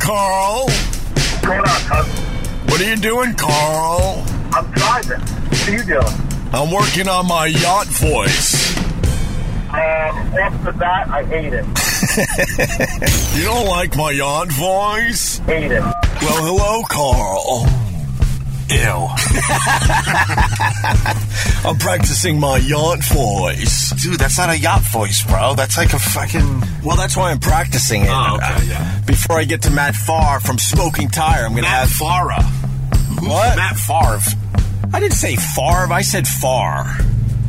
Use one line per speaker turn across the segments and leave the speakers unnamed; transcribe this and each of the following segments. Carl?
What's going on, cuz?
What are you doing, Carl?
I'm driving. What are you doing?
I'm working on my yacht voice.
Um, off the bat, I hate it.
You don't like my yacht voice?
Hate it.
Well, hello, Carl. Ew. I'm practicing my yacht voice.
Dude, that's not a yacht voice, bro. That's like a fucking.
Well, that's why I'm practicing it.
Oh, okay, yeah.
Before I get to Matt Farr from Smoking Tire, I'm going to
Matt
have.
Farah. Who's
What?
Matt Favre.
I didn't say Favre, I said Far.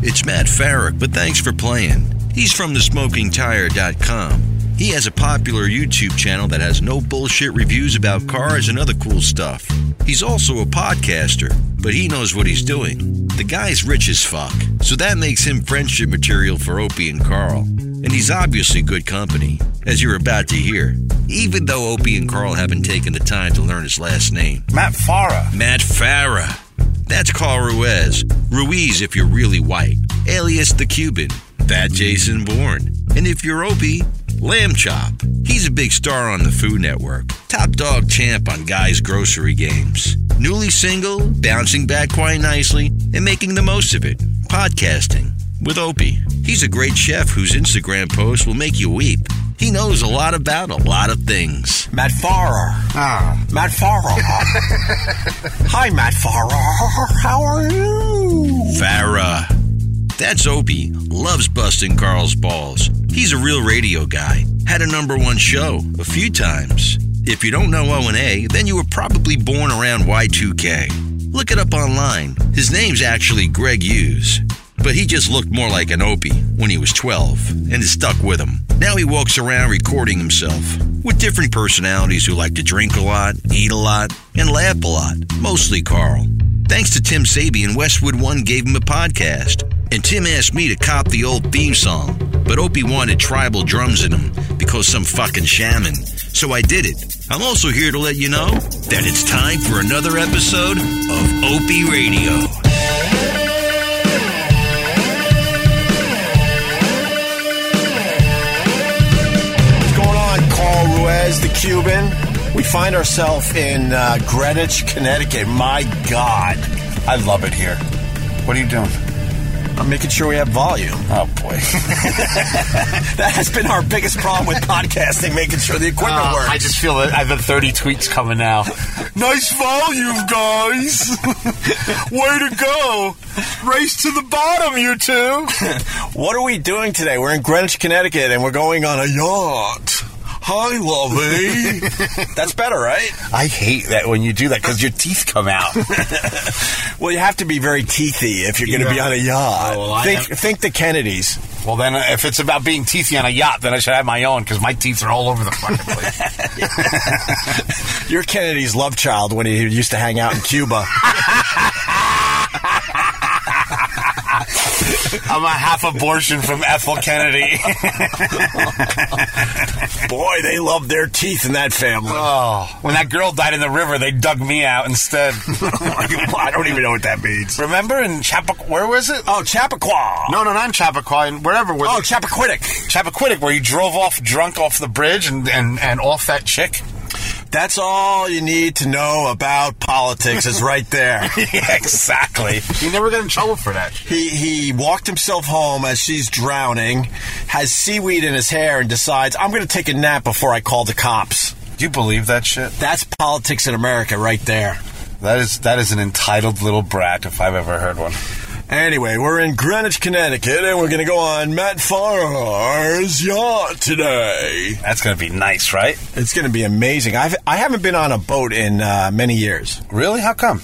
It's Matt Farrick, but thanks for playing. He's from thesmokingtire.com. He has a popular YouTube channel that has no bullshit reviews about cars and other cool stuff. He's also a podcaster, but he knows what he's doing. The guy's rich as fuck, so that makes him friendship material for Opie and Carl. And he's obviously good company, as you're about to hear, even though Opie and Carl haven't taken the time to learn his last name.
Matt Farah.
Matt Farah. That's Carl Ruiz. Ruiz if you're really white. Alias the Cuban. That Jason Bourne. And if you're Opie, Lamb Chop. He's a big star on the Food Network. Top dog champ on guys' grocery games. Newly single, bouncing back quite nicely, and making the most of it. Podcasting with Opie. He's a great chef whose Instagram post will make you weep. He knows a lot about a lot of things.
Matt Farrar.
Ah.
Matt Farrar. Hi, Matt Farrar. How are you?
Farah. That's Opie. Loves busting Carl's balls. He's a real radio guy. Had a number one show a few times. If you don't know O and A, then you were probably born around Y2K. Look it up online. His name's actually Greg Hughes. But he just looked more like an Opie when he was 12, and it stuck with him. Now he walks around recording himself with different personalities who like to drink a lot, eat a lot, and laugh a lot, mostly Carl. Thanks to Tim Sabian, Westwood One gave him a podcast. And Tim asked me to cop the old theme song, but Opie wanted tribal drums in him because some fucking shaman. So I did it. I'm also here to let you know that it's time for another episode of Opie Radio.
What's going on, Carl Ruiz, the Cuban? We find ourselves in uh, Greenwich, Connecticut. My God. I love it here.
What are you doing?
I'm making sure we have volume.
Oh, boy.
That has been our biggest problem with podcasting, making sure the equipment
Uh,
works.
I just feel that I've got 30 tweets coming now.
Nice volume, guys! Way to go! Race to the bottom, you two! what are we doing today? We're in Greenwich, Connecticut, and we're going on a yacht. Hi, lovey. That's better, right?
I hate that when you do that because your teeth come out.
Well, you have to be very teethy if you're going to be
Yeah.
on a yacht.
Oh, well, I
think,
am-
think the Kennedys.
well, then uh, if it's about being teethy on a yacht, then I should have my own because my teeth are all over the fucking place.
Your Kennedy's love child when he used to hang out in Cuba.
I'm a half abortion from Ethel Kennedy.
Boy, they love their teeth in that family.
oh, when that girl died in the river, they dug me out instead.
I don't even know what that means.
Remember in Chappaqua? Where was it?
Oh, Chappaqua.
No, no, not in Chappaqua. In wherever. Where
Oh,
the-
Chappaquiddick.
Chappaquiddick, where you drove off drunk off the bridge and, and, and off that chick.
That's all you need to know about politics is right there.
yeah, exactly. You never got in trouble for that.
He he walked himself home as she's drowning, has seaweed in his hair and decides I'm going to take a nap before I call the cops.
Do you believe that shit?
That's politics in America right there.
That is that is an entitled little brat if I've ever heard one.
Anyway, we're in Greenwich, Connecticut, and we're going to go on Matt Farr's yacht today.
That's gonna be nice, right?
It's going to be amazing. I've I haven't been on a boat in uh, many years.
Really? How come?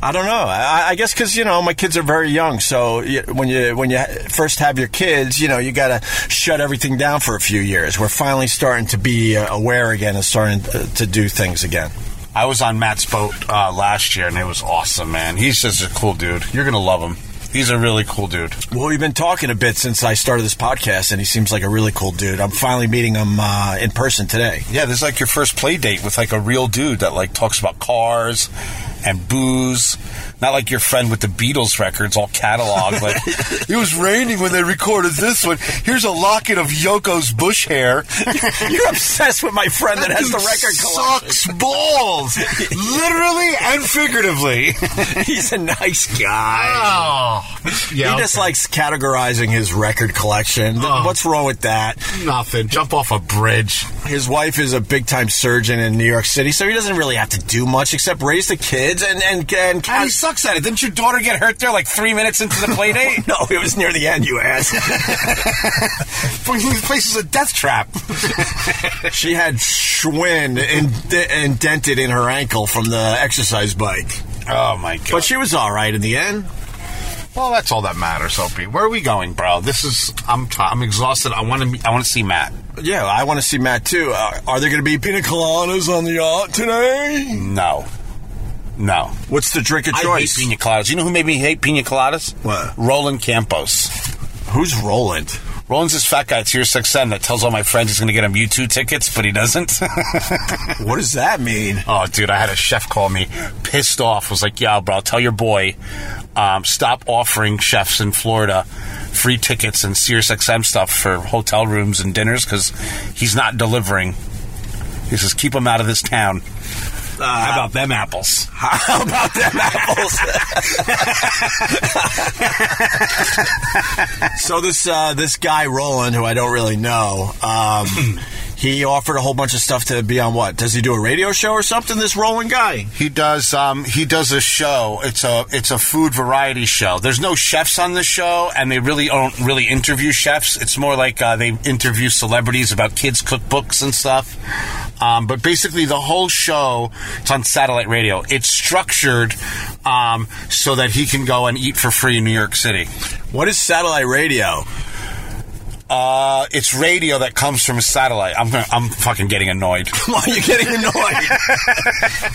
I don't know. I, I guess because you know my kids are very young, so y when you when you first have your kids, you know you got to shut everything down for a few years. We're finally starting to be uh, aware again and starting uh, to do things again.
I was on Matt's boat uh, last year and it was awesome, man. He's just a cool dude. You're gonna love him. He's a really cool dude.
Well, we've been talking a bit since I started this podcast, and he seems like a really cool dude. I'm finally meeting him uh, in person today.
Yeah, this is like your first play date with like a real dude that like talks about cars and booze. Not like your friend with the Beatles records, all cataloged. Like,
It was raining when they recorded this one. Here's a locket of Yoko's bush hair.
You're obsessed with my friend that, has the
dude
record collection.
Sucks balls, literally and figuratively.
He's a nice guy.
Oh, yeah.
he just likes categorizing his record collection. Th-
Oh.
What's wrong with that?
nothing. Jump off a bridge.
His wife is a big time surgeon in New York City, so he doesn't really have to do much except raise the kids and and and.
and he sucks at it. Didn't your daughter get hurt there like three minutes into the play date?
no, it was near the end. You ass.
This place is a death trap.
she had Schwinn ind- indented in her ankle from the exercise bike,
Oh my god!
but she was all right in the end.
well, that's all that matters, Opie. Where are we going, bro? This is I'm t- I'm exhausted. I want to I want to see Matt.
Yeah, I want to see Matt too. Uh, are there going to be pina coladas on the yacht today?
No, no.
What's the drink of
I hate
choice?
pina coladas. You know who made me hate pina coladas?
What?
Roland Campos.
Who's Roland?
Roland's this fat guy at Tier 6N that tells all my friends he's going to get him U2 tickets, but he doesn't.
What does that mean?
oh, dude, I had a chef call me, pissed off. Was like, yeah, bro, tell your boy, um, stop offering chefs in Florida free tickets and Sirius XM stuff for hotel rooms and dinners because he's not delivering. He says, keep him out of this town. How about them apples?
How about them apples? so this uh, this guy Roland, who I don't really know, um, he offered a whole bunch of stuff to be on. What does he do? A radio show or something? This Roland guy.
He does. Um, he does a show. It's a it's a food variety show. There's no chefs on the show, and they really don't really interview chefs. It's more like uh, they interview celebrities about kids' cookbooks and stuff. Um, but basically, the whole show it's on satellite radio. It's structured um, so that he can go and eat for free in New York City.
What is satellite radio?
Uh, it's radio that comes from a satellite. I'm gonna, I'm fucking getting annoyed.
Why are you getting annoyed?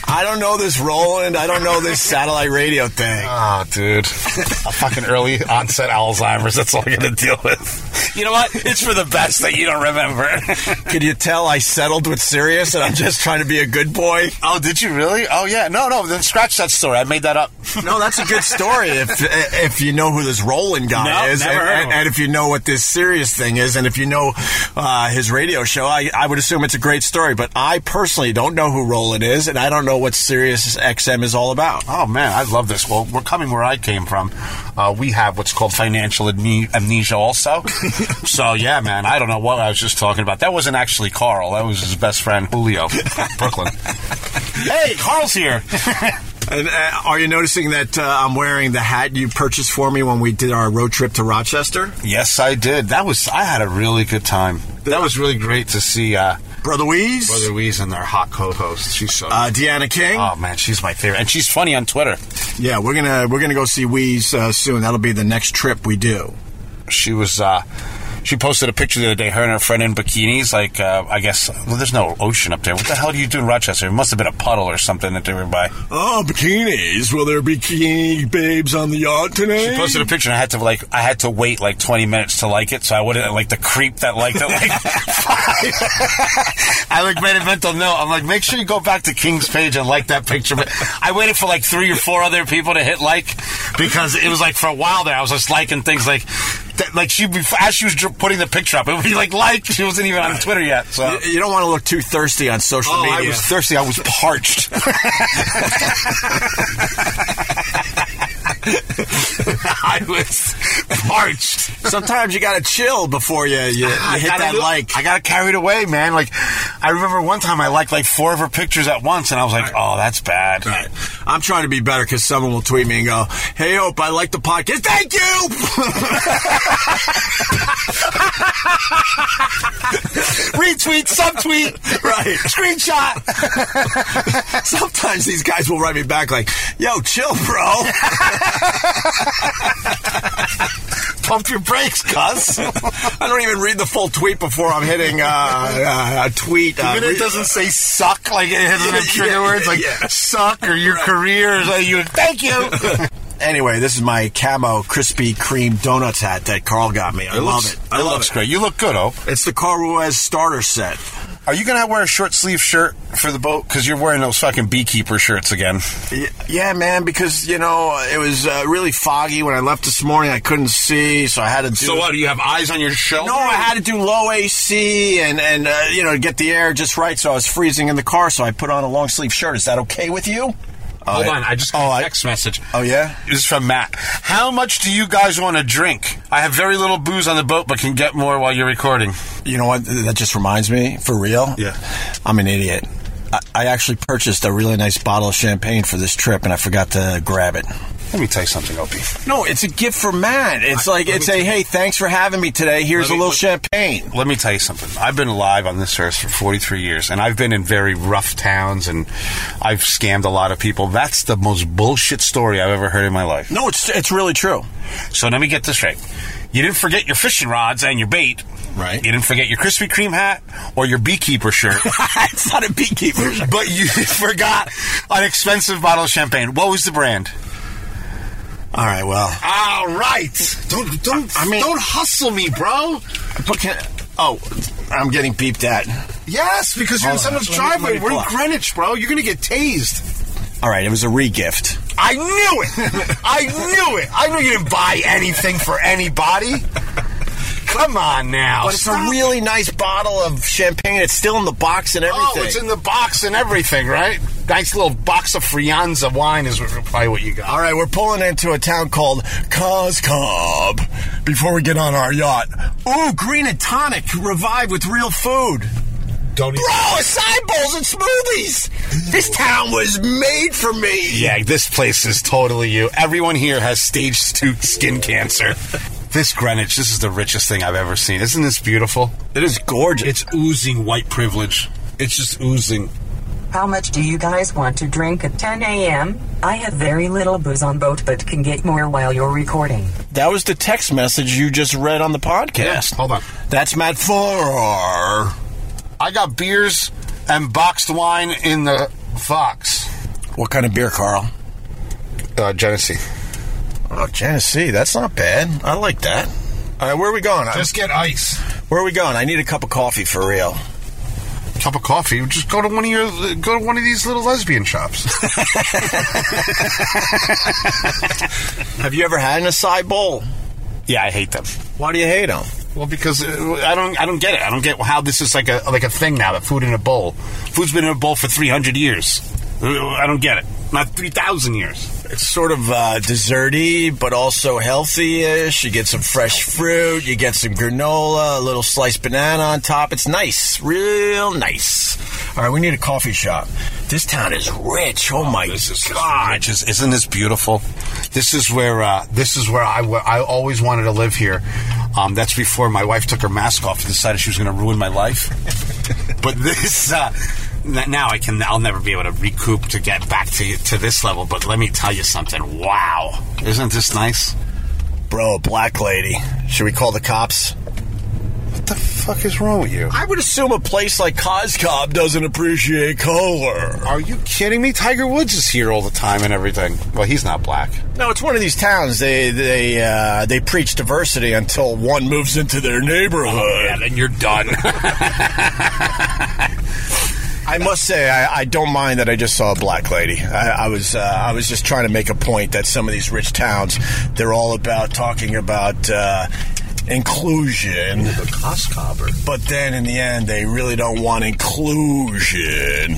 I don't know this Roland. I don't know this satellite radio thing.
Oh, dude. a fucking early onset Alzheimer's. That's all I'm going to deal with. You know what? It's for the best that you don't remember.
Can you tell I settled with Sirius and I'm just trying to be a good boy?
oh, did you really? Oh, yeah. No, no. Then scratch that story. I made that up.
No, that's a good story if if you know who this Roland guy
No,
is,
never
and,
heard of
and-
him.
and if you know what this serious thing is, and if you know uh, his radio show. I, I would assume it's a great story, but I personally don't know who Roland is, and I don't know what Sirius XM is all about.
Oh, man. I love this. Well, we're coming where I came from. Uh, we have what's called financial amne- amnesia also. so, yeah, man. I don't know what I was just talking about. That wasn't actually Carl. That was his best friend, Julio, Brooklyn. hey, Carl's here.
And uh, are you noticing that uh, I'm wearing the hat you purchased for me when we did our road trip to Rochester?
Yes, I did. That was I had a really good time. That was really great to see uh,
Brother Weeze,
Brother Weeze and their hot co-host. She's so.
uh, Deanna King.
oh man, she's my favorite, and she's funny on Twitter.
yeah, we're gonna we're gonna go see Weeze uh, soon. That'll be the next trip we do.
She was. Uh, she posted a picture the other day, her and her friend in bikinis. Like, uh, I guess, well, there's no ocean up there. What the hell do you do in Rochester? It must have been a puddle or something that they were by.
Oh, bikinis! Will there be bikini babes on the yacht today?
She posted a picture, and I had to like, I had to wait like 20 minutes to like it, so I wouldn't like the creep that liked it. Like, I like made a mental note. I'm like, make sure you go back to King's page and like that picture. But I waited for like three or four other people to hit like because it was like for a while there, I was just liking things like. That, like she, as she was dr- putting the picture up, it would be like like she wasn't even on Twitter yet. So
You- You don't want to look too thirsty on social
Oh,
media.
I was thirsty. I was parched. I was parched.
Sometimes you gotta chill before you you, you hit
gotta
that
do-
like.
I got carried away, man. Like, I remember one time I liked like four of her pictures at once, and I was like, "Oh, that's bad."
All right. I'm trying to be better because someone will tweet me and go, "Hey, Ope, I like the podcast. Thank you."
Retweet, subtweet,
right.
screenshot.
Sometimes these guys will write me back like, "Yo, chill, bro."
Pump your brakes, cuz.
I don't even read the full tweet before I'm hitting uh, uh, a tweet. Uh,
Even if
re-
it doesn't say suck, like it has
Yeah,
the trigger words like
yeah.
suck or your career. Or like, you, thank you.
Anyway, this is my camo Krispy Kreme donuts hat that Carl got me. I love it. I love
looks great. You look good, oh.
It's the Carl Ruiz starter set.
Are you gonna wear a short sleeve shirt for the boat? Because you're wearing those fucking beekeeper shirts again.
Y- Yeah, man, because you know it was uh, really foggy when I left this morning. I couldn't see, so I had to do.
So what? Do you have eyes on your shoulder?
No, I had to do low AC and and uh, you know get the air just right. So I was freezing in the car, so I put on a long sleeve shirt. Is that okay with you?
Hold on, I just got
Oh,
a
I-
text message.
Oh yeah.
This is from Matt. How much do you guys want to drink? I have very little booze on the boat, but can get more while you're recording.
You know what? That just reminds me, for real.
Yeah.
I'm an idiot. I, I actually purchased a really nice bottle of champagne for this trip, and I forgot to grab it.
Let me tell you something, Opie.
No, it's a gift for Matt. It's like it's a hey, thanks for having me today. Here's a
Let me-
little
let-
champagne.
Let me tell you something. I've been alive on this earth for 43 years, and I've been in very rough towns, and I've scammed a lot of people. That's the most bullshit story I've ever heard in my life.
No, it's it's really true.
So let me get this straight. You didn't forget your fishing rods and your bait.
Right.
You didn't forget your Krispy Kreme hat or your beekeeper shirt.
it's not a beekeeper.
but you forgot an expensive bottle of champagne. What was the brand?
All right, well,
All right, don't don't
I mean-
don't hustle me, bro.
but can, oh, I'm getting beeped at.
Yes, because you're in
Hold on.
someone's
Let me- let
driveway.
me
We're
pull
in
up.
Greenwich, bro. You're gonna get tased.
All right, it was a regift.
I knew it. I knew it. I knew you didn't buy anything for anybody. Come on now.
But it's a
Stop.
really nice bottle of champagne. It's still in the box and everything.
Oh, it's in the box and everything, right? Nice little box of Frianza wine is what- probably what you got.
All right, we're pulling into a town called Coscob before we get on our yacht. Ooh, green and tonic, revive with real food.
Don't
Bro, acai bowls and smoothies. This town was made for me.
Yeah, this place is totally you. Everyone here has stage two skin cancer.
This Greenwich, this is the richest thing I've ever seen. Isn't this beautiful?
It is gorgeous.
It's oozing white privilege. It's just oozing.
How much do you guys want to drink at 10 a.m.? I have very little booze on boat, but can get more while you're recording.
that was the text message you just read on the podcast.
Hold on.
That's Matt Farrar.
I got beers and boxed wine in the box.
What kind of beer, Carl?
Uh, Genesee.
Oh, Genesee. That's not bad. I like that. All right, where are we going? I-
Just get ice.
Where are we going? I need a cup of coffee for real.
Cup of coffee. Just go to one of your go to one of these little lesbian shops.
Have you ever had an acai bowl?
Yeah, I hate them.
Why do you hate them?
well, because uh, I don't I don't get it. I don't get how this is like a like a thing now. That food in a bowl. Food's been in a bowl for three hundred years. Uh, I don't get it. Not three thousand years.
It's sort of uh, desserty, but also healthy-ish. You get some fresh fruit, you get some granola, a little sliced banana on top. It's nice, real nice. All right, we need a coffee shop. This town is rich. Oh, my god!
Just, isn't this beautiful?
This is where uh, this is where I wa- I always wanted to live here.
Um, that's before my wife took her mask off and decided she was going to ruin my life. but this uh, n- now I can I'll never be able to recoup to get back to to this level. But let me tell you something. Wow, isn't this nice?
Bro, a black lady. Should we call the cops?
What the fuck is wrong with you?
I would assume a place like Coscob doesn't appreciate color.
Are you kidding me? Tiger Woods is here all the time and everything. Well, he's not black.
No, it's one of these towns. They they uh, they preach diversity until one moves into their neighborhood.
then you're done.
I must say, I, I don't mind that I just saw a black lady. I, I was uh, I was just trying to make a point that some of these rich towns, they're all about talking about uh, inclusion, but then in the end, they really don't want inclusion.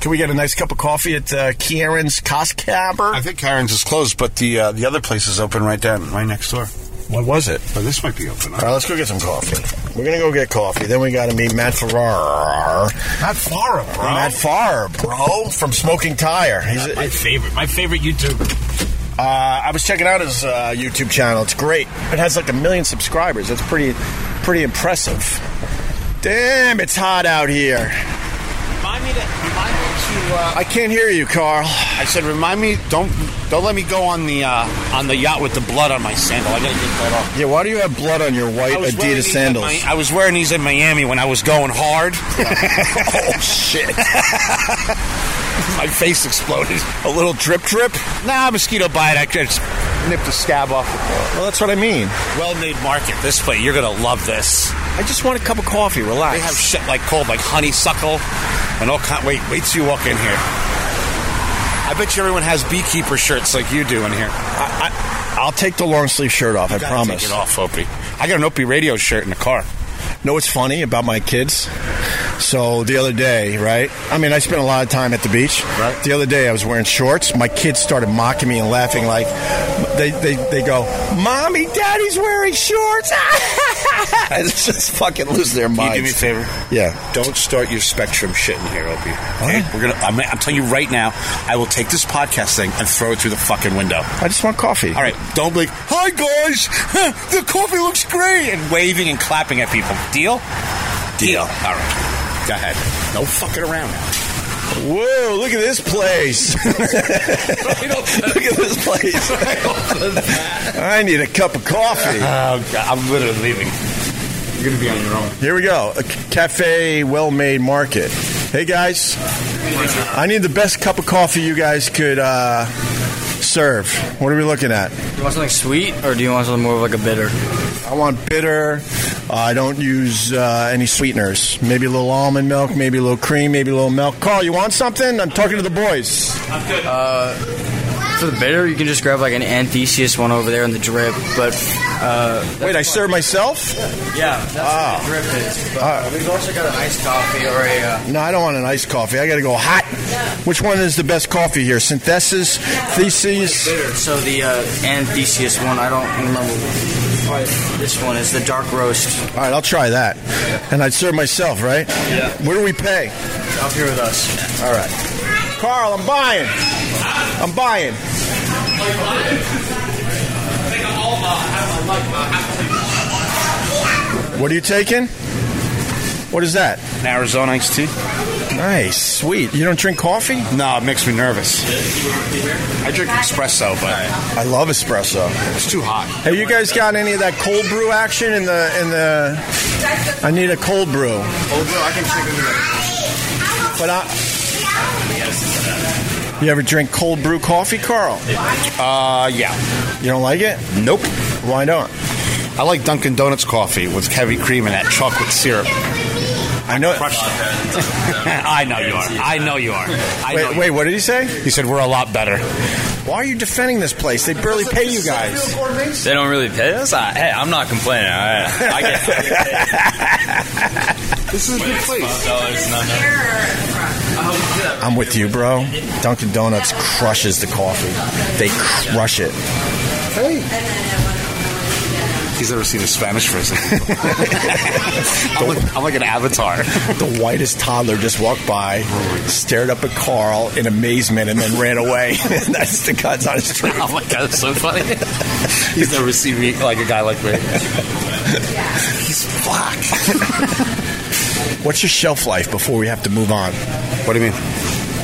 Can we get a nice cup of coffee at uh, Kieran's
I
Coscaber?
think Karen's is closed, but the uh, the other place is open right down, right next door.
What was it?
Oh, this might be open.
All right, let's go get some coffee. We're gonna go get coffee. Then we gotta meet Matt Farrar.
Not far, bro.
Matt Farrar, bro, from Smoking Tire. He's a,
favorite, my favorite YouTuber.
Uh, I was checking out his uh, YouTube channel. It's great. It has like a million subscribers. That's pretty, pretty impressive. Damn, it's hot out here.
Remind me to. Remind me to. Uh,
I can't hear you, Carl.
I said, remind me. Don't don't let me go on the uh, on the yacht with the blood on my sandal. I gotta get that off.
Yeah, why do you have blood on your white
I was wearing
Adidas
these at
sandals?
Mi- I was wearing these in Miami when I was going hard.
oh shit!
my face exploded.
a little drip, drip.
Nah, mosquito bite. I just
nip the scab off the floor. Well, that's what I mean.
Well made market. This place, you're gonna love this.
I just want a cup of coffee. Relax.
They have shit like cold, like honeysuckle, and all kind. Wait, wait till you walk in here. I bet you everyone has beekeeper shirts like you do in here.
I, I, will take the long sleeve shirt off. I
Gotta
promise.
Take it off, Opie. I got an Opie radio shirt in the car.
know what's funny about my kids? So the other day, right? I mean, I spent a lot of time at the beach. Right. The other day, I was wearing shorts. My kids started mocking me and laughing, like they they, they go, "Mommy, Daddy's wearing shorts!" I just fucking lose their
Can
minds.
you do me a favor?
Yeah.
Don't start your spectrum shit in here, Opie.
Okay, we're gonna. I'm, I'm telling you right now. I will take this podcast thing and throw it through the fucking window.
I just want coffee.
All right, don't blink. Hi guys, the coffee looks great, and waving and clapping at people. Deal? Deal. All right, go ahead. No fucking around.
Whoa! Look at this place. look at this place. I need a cup of coffee.
Oh, God, I'm literally leaving.
You're gonna be on your own.
Here we go. A c- cafe well made market. Hey guys, I need the best cup of coffee you guys could uh, serve. What are we looking at?
Do you want something sweet or do you want something more of like a bitter?
I want bitter. Uh, I don't use uh, any sweeteners. Maybe a little almond milk, maybe a little cream, maybe a little milk. Carl, you want something? I'm talking to the boys.
For the bitter, you can just grab like an Anthesius one over there in the drip. But uh,
Wait, I serve myself?
yeah, that's what the drip is. But uh, we've also got an iced coffee or a. Uh,
No, I don't want an iced coffee. I got to go hot. Which one is the best coffee here? Synthesis, theses?
bitter. So the uh, Anthesius one, I don't remember. what This one is the dark roast.
All right, I'll try that. And I'd serve myself, right? Yeah. What do we pay?
Up here with us.
All right. Carl, I'm buying. I'm buying. What are you taking? What is that?
An Arizona iced tea?
Nice, sweet. You don't drink coffee?
No, it makes me nervous. I drink espresso, but
I love espresso.
it's too hot.
Have you guys got any of that cold brew action in the in the? I need a cold brew. But I. You ever drink cold brew coffee, Carl?
Uh, yeah.
You don't like it?
Nope.
Why not?
I like Dunkin' Donuts coffee with heavy cream and that chocolate syrup.
I know.
I know you are. I know you are. I know
Wait,
you
wait, what did he say?
He said we're a lot better.
Why are you defending this place? They barely pay you guys.
They don't really pay us. I, hey, I'm not complaining. I, I get
This is a good place.
dollars.
I'm with you, bro. Dunkin' Donuts crushes the coffee. They crush it.
He's never seen a Spanish person. I'm, like, I'm like an avatar.
The whitest toddler just walked by, stared up at Carl in amazement, and then ran away. That's the God's honest truth.
Oh my god, that's so funny.
He's never seen me like a guy like me. He's fuck.
What's your shelf life before we have to move on?
What do you mean?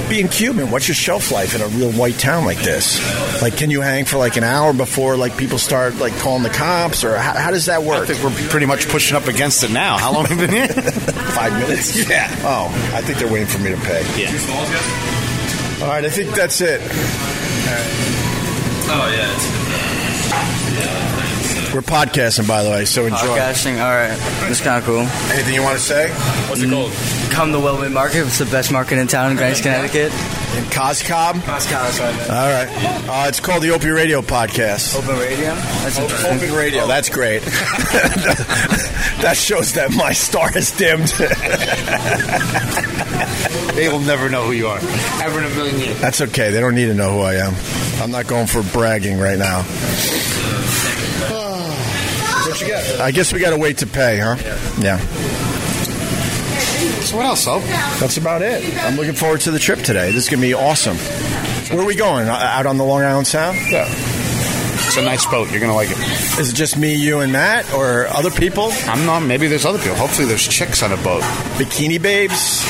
Being Cuban, what's your shelf life in a real white town like this? Like, can you hang for like an hour before like people start like calling the cops, or how, how does that
I
work?
think we're pretty much pushing up against it now. How long have we been here?
Five minutes?
Yeah.
Oh, I think they're waiting for me to pay.
Yeah.
All right, I think that's it.
Oh yeah. It's-
We're podcasting, by the way, so enjoy.
Podcasting. All right, that's kind of cool.
Anything you want to say?
What's it called?
Come to Wellwood Market. It's the best market in town in Greenwich, Connecticut.
In Coscob? All right. Uh, it's called the Opie Radio Podcast.
Open radio. That's interesting.
Open Radio. That's great. that shows that my star is dimmed.
They will never know who you are. Ever in a million years.
That's okay. They don't need to know who I am. I'm not going for bragging right now. What you got? I guess we got to wait to pay, huh? Yeah.
So what else, though?
That's about it. I'm looking forward to the trip today. This is going to be awesome. Where are we going? O- Out on the Long Island Sound?
It's a nice boat. You're gonna like it.
Is it just me, you, and Matt, or other people?
I'm not. Maybe there's other people. Hopefully there's chicks on a boat.
Bikini babes?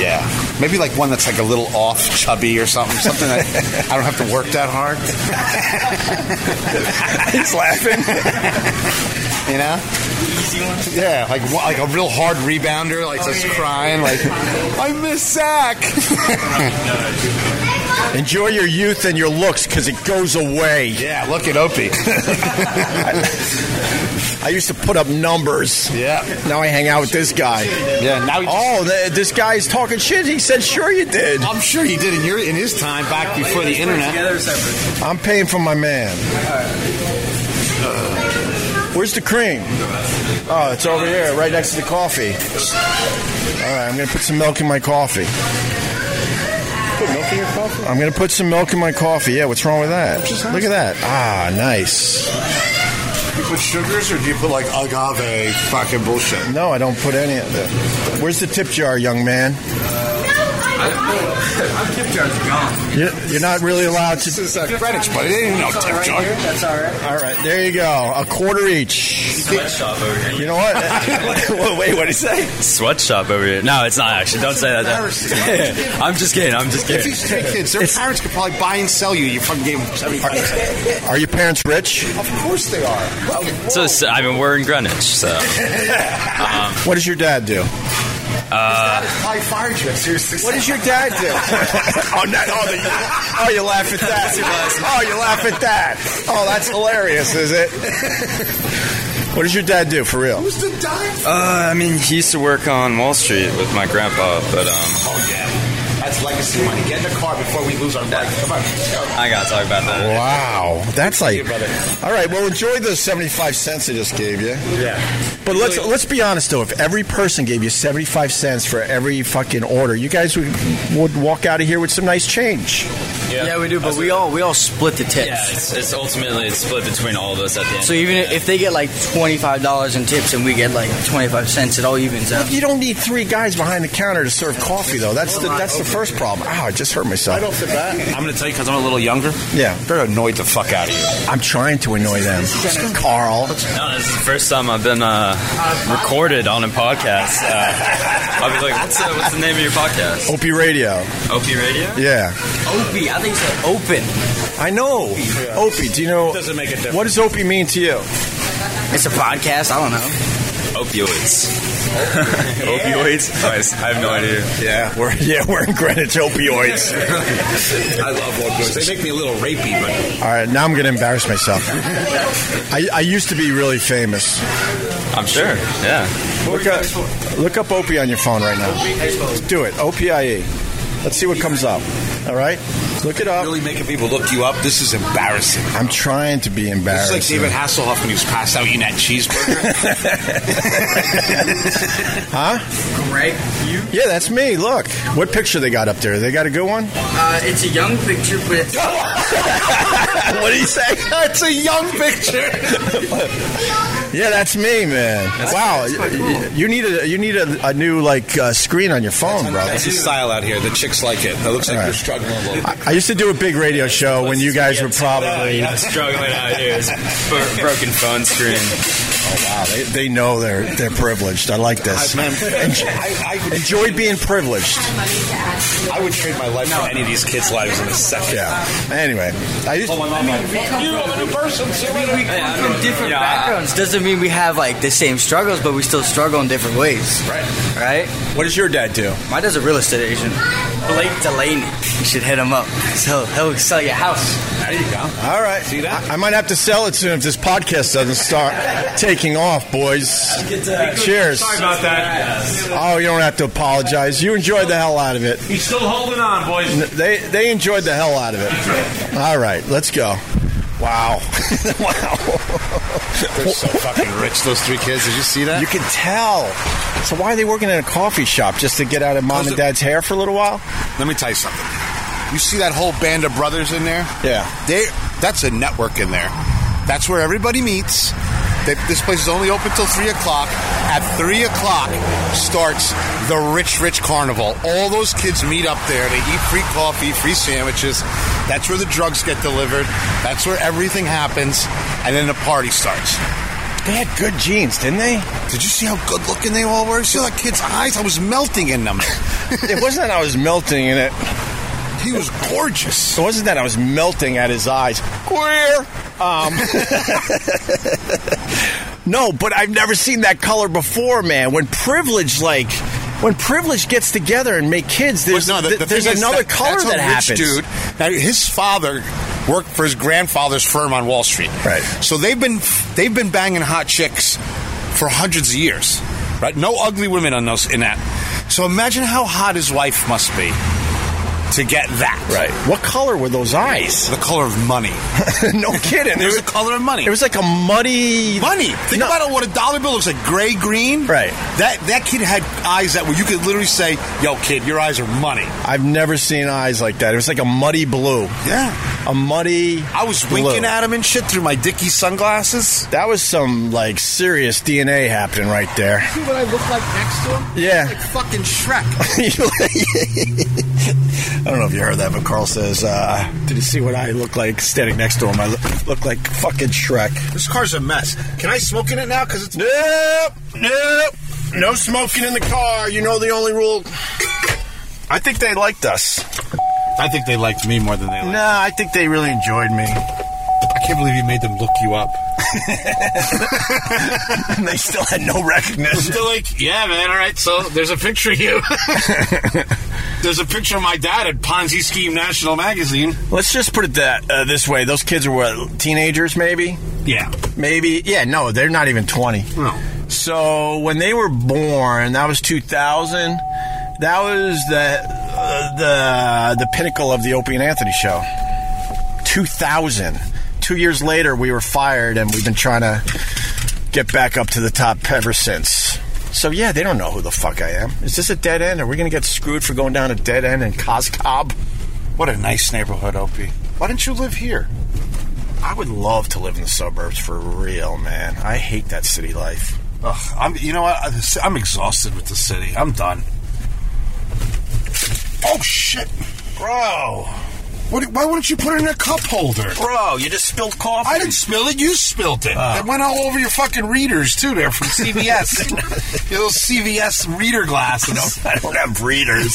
Yeah. Maybe like one that's like a little off chubby or something. Something that I don't have to work that hard. He's laughing. you know? Yeah, like one- like a real hard
Oh,
rebounder, like just crying, like I miss Zach.
Enjoy your youth and your looks because it goes away. Yeah, look at Opie. I used to put up numbers. Yeah. Now I hang out with this guy. Yeah. Now. oh, th- this guy is talking shit. He said, "Sure, you did."
I'm sure he did in your in his time back before the internet.
I'm paying for my man. Where's the cream? Oh, it's over here, right next to the coffee. All right, I'm gonna put some milk in my coffee.
Put milk in your coffee?
I'm gonna put some milk in my coffee. Yeah, what's wrong with that? Look at that. Ah, nice.
You put sugars or do you put like agave fucking bullshit?
No, I don't put any of that. Where's the tip jar, young man?
My tip jar's gone.
You're, you're not really allowed to.
This is uh, a credit spot. It ain't no tip jar.
That's all right.
All right, there you go. A quarter each.
Sweatshop over here.
You know what? Wait, what did he say?
Sweatshop over here. No, it's not actually. Don't say that. I'm just kidding. I'm just
If
kidding.
you take kids, their parents could probably buy and sell you. You fucking gave them 75 cents.
Are your parents rich?
Of course they are. Look at-
So, so, I mean, we're in Greenwich, so. Um,
What does your dad do?
uh,
Probably fired you. Seriously.
What does your dad do? oh, no, oh, you, oh, you laugh at that. Oh, you laugh at that. Oh, that's hilarious, is it? What does your dad do for real?
Who's the dime?
uh, I mean, he used to work on Wall Street with my grandpa, but um,
Oh, yeah. That's legacy money. Get in the car before we lose our money. Come on. let's go.
I gotta talk about that.
Wow, that's like.
brother.
All right, well, enjoy the seventy-five cents I just gave you.
Yeah.
But let's let's be honest though. If every person gave you seventy-five cents for every fucking order, you guys would would walk out of here with some nice change.
Yeah, we do, but we all we all split the tips.
Yeah, it's, it's ultimately it's split between all of us at the end.
So even if they get like twenty five dollars in tips and we get like twenty five cents, it all evens out.
Look, you don't need three guys behind the counter to serve coffee though. That's the that's the first problem. Ow, I just hurt myself.
off the bat.
I'm going to tell you because I'm a little younger.
Yeah,
They're annoyed the fuck out of you.
I'm trying to annoy them, Carl.
No, this is the first time I've been uh, recorded on a podcast. Uh, I'll be like, what's, uh, what's the name of your podcast?
Opie Radio.
OP Radio?
Yeah,
Opie, I think it's open.
I know. Opie, do you know?
Doesn't make a difference.
What does Opie mean to you?
It's a podcast. I don't know.
Opioids. Opioids? Nice. I have no idea.
Yeah, we're yeah we're in Greenwich opioids.
I love opioids. They make me a little rapey, but
All right, now I'm going to embarrass myself. I, I used to be really famous.
I'm sure. Yeah.
Look up, look up Opie on your phone right now. Do it. OPIE. E. Let's see what comes up. All right? Look it up.
really making people look you up. This is embarrassing.
I'm trying to be
It's like
embarrassed.
David Hasselhoff when he was passed out eating that cheeseburger.
Huh?
Greg, you?
Yeah, that's me. Look. What picture they got up there? They got a good one?
Uh, it's a young picture, but it's,
what do you say? it's a young picture. yeah, that's me, man. wow. Y- y- You need a you need a, a new like uh, screen on your phone, bro.
That's his style out here. The chicks like it. It looks like
All right.
you're struggling a little.
I, I used to do a big radio show when you guys were probably.
I'm struggling out here. It's bro- broken phone screen.
Wow, they, they know they're they're privileged. I like this.
I, I,
Enjoy being privileged.
I would trade my life for any of these kids' lives in a second.
Yeah. Anyway, I used to,
from different
Yeah, I-
backgrounds doesn't mean we have like the same struggles, but we still struggle in different ways. Right. Right.
what does your dad do?
My dad's a real estate agent. Blake Delaney. You should hit him up. So he'll sell your house.
There you go.
All right.
See that?
I, I might have to sell it soon if this podcast doesn't start taking off, boys. Cheers.
about that.
Oh, you don't have to apologize. You enjoyed the hell out of it.
He's still holding on, boys.
They they enjoyed the hell out of it. All right, let's go. Wow.
They're so fucking rich, those three kids. Did you see that?
You can tell. So why are they working in a coffee shop just to get out of mom and dad's hair for a little while?
Let me tell you something. You see that whole band of brothers in there?
Yeah.
They that's a network in there. That's where everybody meets. They, this place is only open till three o'clock. At three o'clock starts the Rich Rich Carnival. All those kids meet up there. They eat free coffee, free sandwiches. That's where the drugs get delivered. That's where everything happens, and then the party starts.
They had good genes, didn't they?
Did you see how good looking they all were? You see that kid's eyes? I was melting in them.
It wasn't that I was melting in it.
he was gorgeous.
It wasn't that I was melting at his eyes. Queer. Um. no, but I've never seen that color before, man. When privilege, like, when privilege gets together and make kids, there's,
Well,
th- there's
thing is,
another
that-
color
that's a
that
rich
happens.
Dude, now his father worked for his grandfather's firm on Wall Street. Right. So they've been they've been banging hot chicks for hundreds of years. Right. No ugly women on those in that. So imagine how hot his wife must be to get that. Right.
What color were those eyes?
The color of money.
no kidding.
It was the color of money.
It was like a muddy
money. Think about what a dollar bill looks like, gray green. Right. That that kid had eyes that were you could literally say, "Yo, kid, your eyes are money."
I've never seen eyes like that. It was like a muddy blue.
Yeah.
A muddy.
I was winking at him and shit through my Dickie sunglasses.
That was some like serious DNA happening right there.
See what I look like next to him?
Yeah.
Like fucking Shrek.
I don't know if you heard that, but Carl says, uh, "Did you see what I look like standing next to him? I look, look like fucking Shrek."
This car's a mess. Can I smoke in it now? Because it's
nope, nope, no smoking in the car. You know the only rule. I think they liked us.
I think they liked me more than they liked.
No, I think they really enjoyed me.
I can't believe you made them look you up.
and they still had no recognition.
They're like, yeah, man. All right, so there's a picture of you. there's a picture of my dad at Ponzi Scheme National Magazine.
Let's just put it that uh, this way: those kids are what teenagers, maybe.
Yeah.
Maybe. Yeah. No, they're not even twenty.
No.
So when they were born, that was two thousand. That was the uh, the the pinnacle of the Opie and Anthony show. Two thousand. Two years later, we were fired, and we've been trying to get back up to the top ever since. So yeah, they don't know who the fuck I am. Is this a dead end? Are we gonna get screwed for going down a dead end in Coscob?
What a nice neighborhood, Opie. Why don't you live here?
I would love to live in the suburbs for real, man. I hate that city life.
Ugh, I'm. You know what? I'm exhausted with the city. I'm done.
Oh shit, bro. What, why wouldn't you put it in a cup holder?
Bro, you just spilled coffee. Ah.
I didn't spill it. You spilled it. It went all over your fucking readers too. There from CVS. your little CVS reader glasses.
I don't have readers.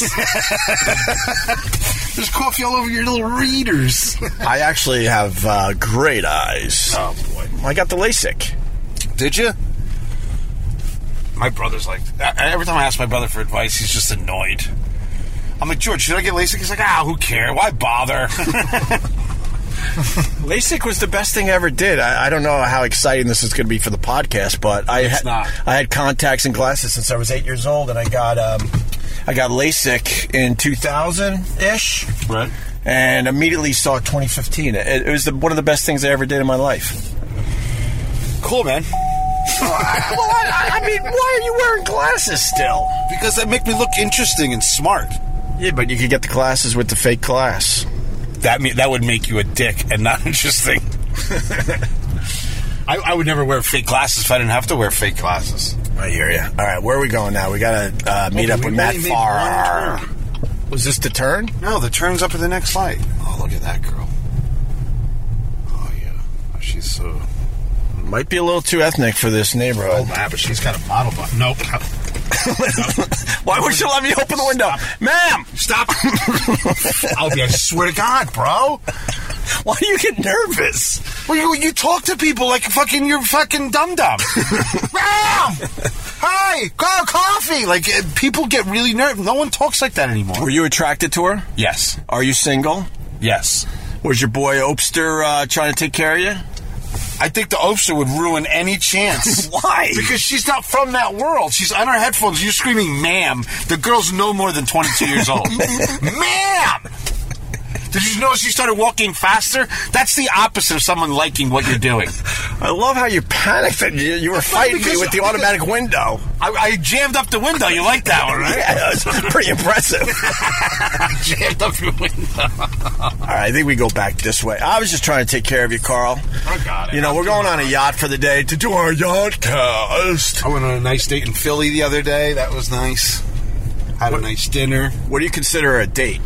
There's coffee all over your little readers.
I actually have uh, great eyes.
Oh boy.
I got the LASIK.
Did you?
My brother's like I- every time I ask my brother for advice, he's just annoyed. I'm like George, should I get LASIK? He's like, ah, who care? Why bother?
LASIK was the best thing I ever did. I, I don't know how exciting this is going to be for the podcast, but I had
not.
I had contacts and glasses since I was eight years old, and I got um, I got LASIK in 2000 ish,
right.
and immediately saw 2015. It, it was the, one of the best things I ever did in my life.
Cool, man.
well, I, I mean, why are you wearing glasses still?
Because that make me look interesting and smart.
Yeah, but you could get the glasses with the fake glass.
That me- that would make you a dick and not interesting. I, I would never wear fake glasses if I didn't have to wear fake glasses.
I hear you. All right, where are we going now? We got to uh, meet
Well,
up
we
with Matt
only made one
Farrar. Was this the turn?
No, the turn's up at the next light.
Oh, look at that girl. Oh yeah, Oh, she's so.
Might be a little too ethnic for this neighborhood.
Ah, but she's got a bottle. But nope.
Why would you let me open the window? Ma'am!
Stop. I'll be. Oh, I swear to God, bro.
Why do you get nervous?
Well, you, you talk to people like fucking you're fucking dum dum. Ram! Hi, go coffee. Like
eh,
uh, people get really nervous. No one talks like that anymore.
Were you attracted to her?
Yes.
Are you single?
Yes.
Was your boy Opster uh, trying to take care of you?
I think the Opster would ruin any chance.
Why?
Because she's not from that world. She's on her headphones. You're screaming, "Ma'am!" The girl's no more than 22 years old. Ma'am. Did you notice she started walking faster? That's the opposite of someone liking what you're doing.
I love how you panicked and you, you were fighting me
because-
with the automatic window.
I, I jammed up the window. You like that one, right?
Yeah, that was pretty impressive.
I jammed up your window.
All right, I think we go back this way. I was just trying to take care of you, Carl.
I got it.
You know, we're going on a yacht for the day to do our yacht cast.
I went on a nice date and.
Philly the other day. That was nice. Had a nice dinner.
What do you consider a date?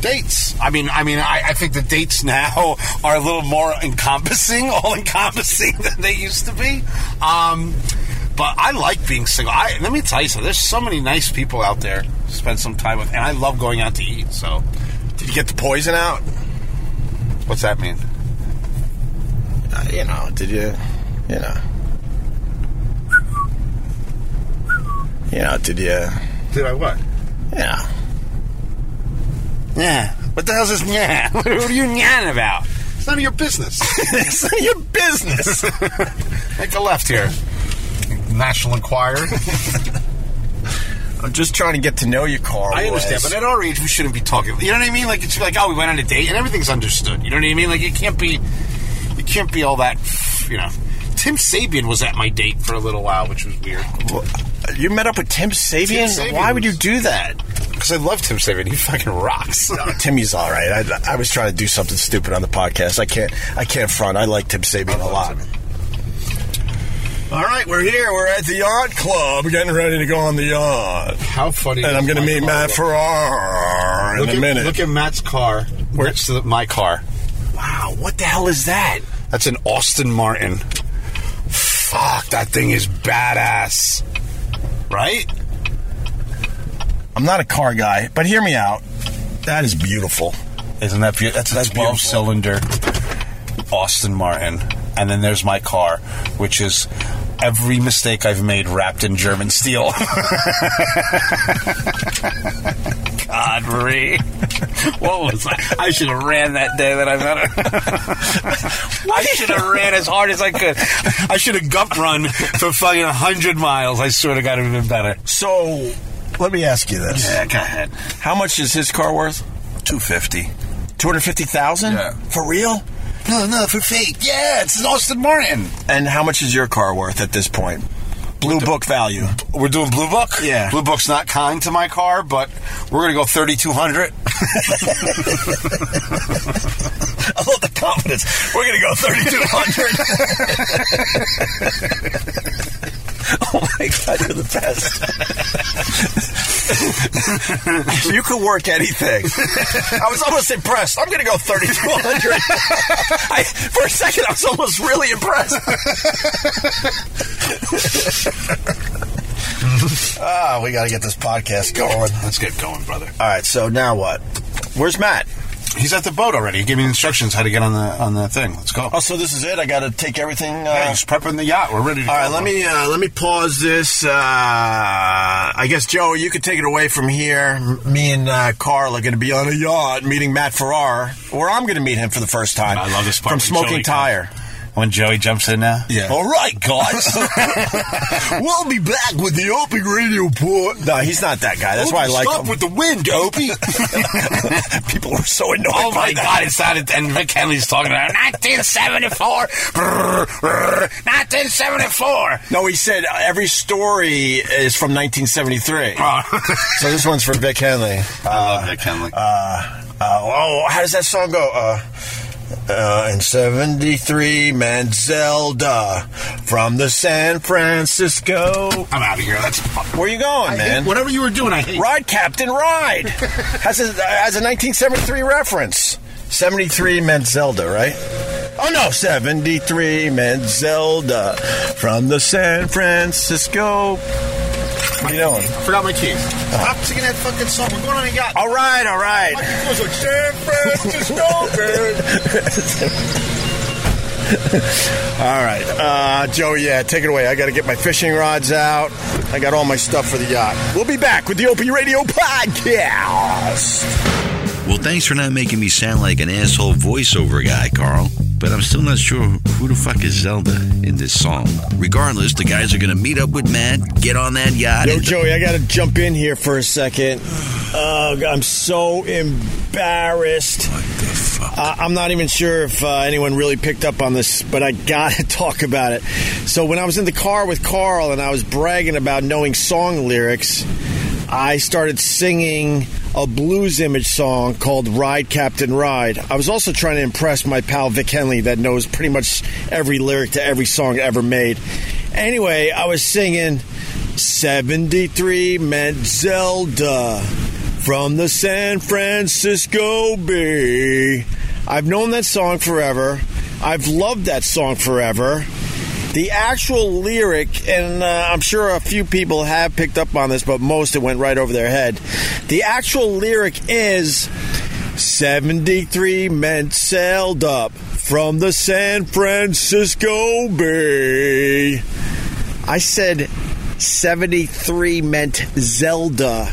Dates. I mean, I mean, I, I think the dates now are a little more encompassing, all encompassing than they used to be. Um, but I like being single. I, let me tell you something. There's so many nice people out there to spend some time with, and I love going out to eat. So,
Did you get the poison out?
what's that mean?
Uh, you know, did you, you know, you know, did you,
Did I what?
Yeah.
Yeah. What the hell's this? Yeah. what are you nyan about? It's none of your business.
it's none of your business.
Make a left here. National Enquirer.
I'm just trying to get to know you, Carl.
I understand,
Wes.
but at our age, we shouldn't be talking. You know what I mean? Like it's like, oh, we went on a date, and everything's understood. You know what I mean? Like it can't be, you can't be all that. You know, Tim Sabian was at my date for a little while, which was weird.
you met up with Tim Sabian? Why would you do that?
Because I love Tim Sabian. He fucking rocks.
No, Timmy's all right. I, I was trying to do something stupid on the podcast. I can't. I can't front. I like Tim Sabian a lot. All right, we're here. We're at the yacht club, getting ready to go on the yacht.
How funny!
And I'm going to
My
meet
car
Matt
looked.
Farrar in
look
a
at,
minute.
Look at Matt's car. Where's the, my car? Wow, what the hell is that? That's an Austin Martin. Fuck, that thing is badass. Right?
I'm not a car guy, but hear me out. That is beautiful.
Isn't that beautiful? That's, a 12 cylinder Austin Martin. And then there's my car, which is every mistake I've made wrapped in German steel. God, Marie. What was I? I should have ran that day that I met her. I should have ran as hard as I could. I should have gup run for fucking 100 miles. I swear to God, it would have been better.
So, let me ask you this:
Yeah, go ahead.
How much is his car worth?
Two fifty.
Two hundred fifty thousand.
Yeah.
For real?
No, no, for fake. Yeah, it's an Austin Martin.
And how much is your car worth at this point? Blue book value.
We're doing Blue Book.
Yeah.
Blue Book's not kind to my car, but we're gonna go thirty two hundred.
I love the confidence. We're gonna go thirty two hundred. oh my god, you're the best. you could work anything. I was almost impressed. I'm gonna go thirty two hundred. I for a second I was almost really impressed. Ah, we gotta get this podcast going.
Let's get going, brother.
Alright, so now what? Where's Matt?
He's at the boat already. He gave me instructions how to get on the on the thing. Let's go.
Oh, so this is it. I got to take everything. Uh,
Hey, he's prepping the yacht. We're ready. To
All
go.
right, let me uh, let me pause this. Uh, I guess Joe, you can take it away from here. M- Me and uh, Carl are going to be on a yacht meeting Matt Farrar, or I'm going to meet him for the first time.
I love this part
from
when
Smoking
Joey comes.
Tire.
When Joey jumps in now.
Yeah. All right, guys. we'll be back with the Opie Radio Port. No, he's not that guy. That's why I like
Stop
him.
with the wind, Opie.
People are so annoyed.
oh
by
my
that.
God! It sounded. And Rick Henley's talking about 1974. Brr, brr, 1974.
No, he said uh, every story is from 1973. so this one's for Vic Henley.
Oh. I love Rick Henley.
uh, uh, oh, how does that song go? Uh, uh, in 73, Manzelda from the San Francisco.
I'm out of here. That's
Where you going, man?
whatever you were doing. I hate.
Ride, Captain, ride! has, a, has a 1973 reference. 73 Manzelda, right? Oh no, 73 Manzelda from the San Francisco. What are you doing? Uh-huh.
I forgot my keys. Stop singing that fucking song. We're going on a yacht.
All right, all right.
It goes like San Francisco.
All right, uh, Joe. Yeah, take it away. I got to get my fishing rods out. I got all my stuff for the yacht. We'll be back with the OP Radio podcast.
Well, thanks for not making me sound like an asshole voiceover guy, Carl. But I'm still not sure who the fuck is Zelda in this song. Regardless, the guys are gonna meet up with Matt, get on that yacht.
Yo,
and-
Joey, I got to jump in here for a second. Uh, I'm so embarrassed.
What the fuck?
Uh, I'm not even sure if uh, anyone really picked up on this, but I gotta talk about it. So when I was in the car with Carl and I was bragging about knowing song lyrics, I started singing a blues image song called "Ride Captain Ride." I was also trying to impress my pal Vic Henley, that knows pretty much every lyric to every song ever made. Anyway, I was singing "73 meant Zelda." from the San Francisco Bay. I've known that song forever. I've loved that song forever. The actual lyric, and uh, I'm sure a few people have picked up on this, but most it went right over their head. The actual lyric is 73 men sailed up from the San Francisco Bay. I said 73 meant Zelda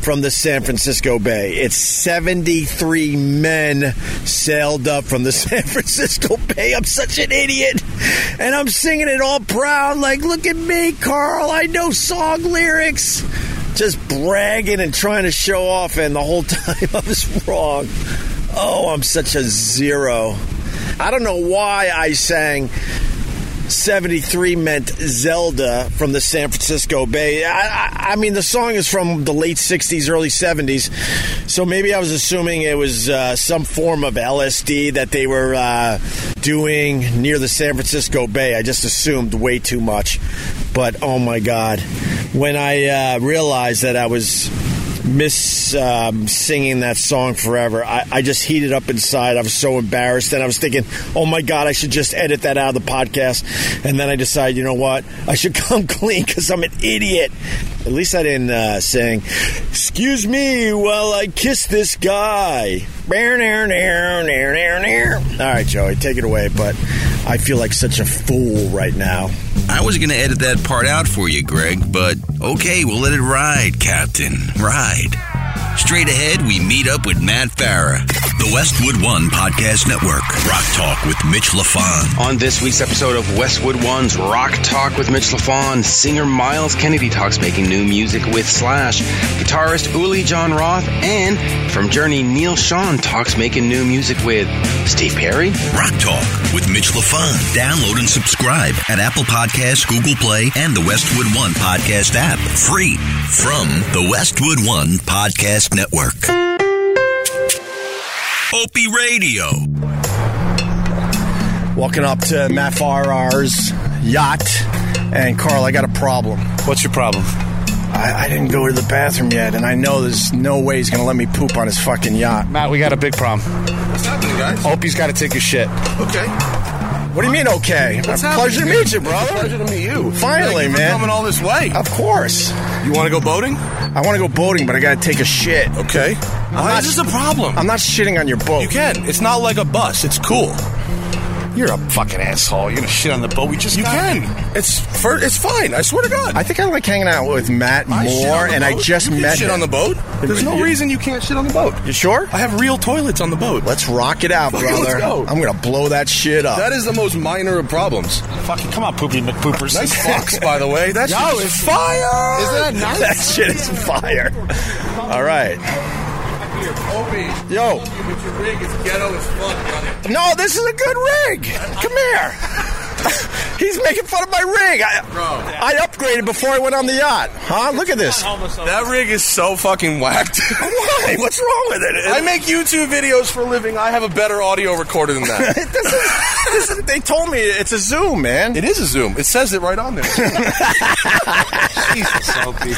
from the San Francisco Bay. It's 73 men sailed up from the San Francisco Bay. I'm such an idiot. And I'm singing it all proud, like, look at me, Carl. I know song lyrics. Just bragging and trying to show off, and the whole time I was wrong. Oh, I'm such a zero. I don't know why I sang 73 meant Zelda from the San Francisco Bay. I, I, I mean, the song is from the late 60s, early 70s, so maybe I was assuming it was uh, some form of LSD that they were uh, doing near the San Francisco Bay. I just assumed way too much. But oh my God, when I uh, realized that I was miss um, singing that song forever. I, I just heated up inside. I was so embarrassed, and I was thinking, "Oh my god, I should just edit that out of the podcast." And then I decided, you know what? I should come clean because I'm an idiot. At least I didn't uh, sing. Excuse me while I kiss this guy. All right, Joey, take it away. But I feel like such a fool right now.
I was going to edit that part out for you, Greg, but okay, we'll let it ride, Captain. Ride. Straight ahead, we meet up with Matt Farah. The Westwood One Podcast Network. Rock Talk with Mitch LaFon.
On this week's episode of Westwood One's Rock Talk with Mitch LaFon, singer Miles Kennedy talks making new music with Slash, guitarist Uli John Roth, and from Journey, Neil Sean talks making new music with Steve Perry.
Rock Talk with Mitch LaFon. Download and subscribe at Apple Podcasts, Google Play, and the Westwood One Podcast app. Free from the Westwood One Podcast Network. Opie Radio.
Walking up to Matt Farrar's yacht, and Carl, I got a problem. What's your problem? I, I didn't go to the bathroom yet, and I know there's no way he's gonna let me poop on his fucking yacht.
Matt, we got a big problem.
What's happening, guys?
Opie's got to take a shit.
Okay. What do you mean, okay?
What's
Uh, pleasure to
happening?
meet you, brother.
Pleasure
to meet you. Finally,
Thank you for
man.
coming
all this way. Of course. You want to go boating? I want to go boating, but I got to take a shit. Okay.
Why is this a problem?
I'm not shitting on your boat.
You can. It's not like a bus. It's cool.
You're a fucking asshole. You're gonna shit on the boat. We just
you
got-
can.
It's for, it's fine. I swear to God. I think I like hanging out with Matt
I shit on
more,
the
and I
boat.
just
You can
met
shit
him.
on the boat. There's no reason you can't shit on the boat.
You sure? I
have real toilets on the boat.
Let's rock it out,
Fucking
brother.
let's go.
I'm gonna blow that shit up.
That is the most minor of problems. Fucking come on, poopy McPoopers. Nice fox, by the way. That
Yo,
shit
it's
fire. Is that nice?
That shit is fire. All right. Yo.
But your rig is ghetto as fuck, brother.
No, this is a good rig. Come here. He's making fun of my rig. I, I upgraded before I went on the yacht. Huh? Look at this.
That rig is so fucking whacked.
Why? What's wrong with it?
I make YouTube videos for a living. I have a better audio recorder than that.
this is, this is, they told me it's a Zoom, man.
It is a Zoom. It says it right on there. Jesus, Opie.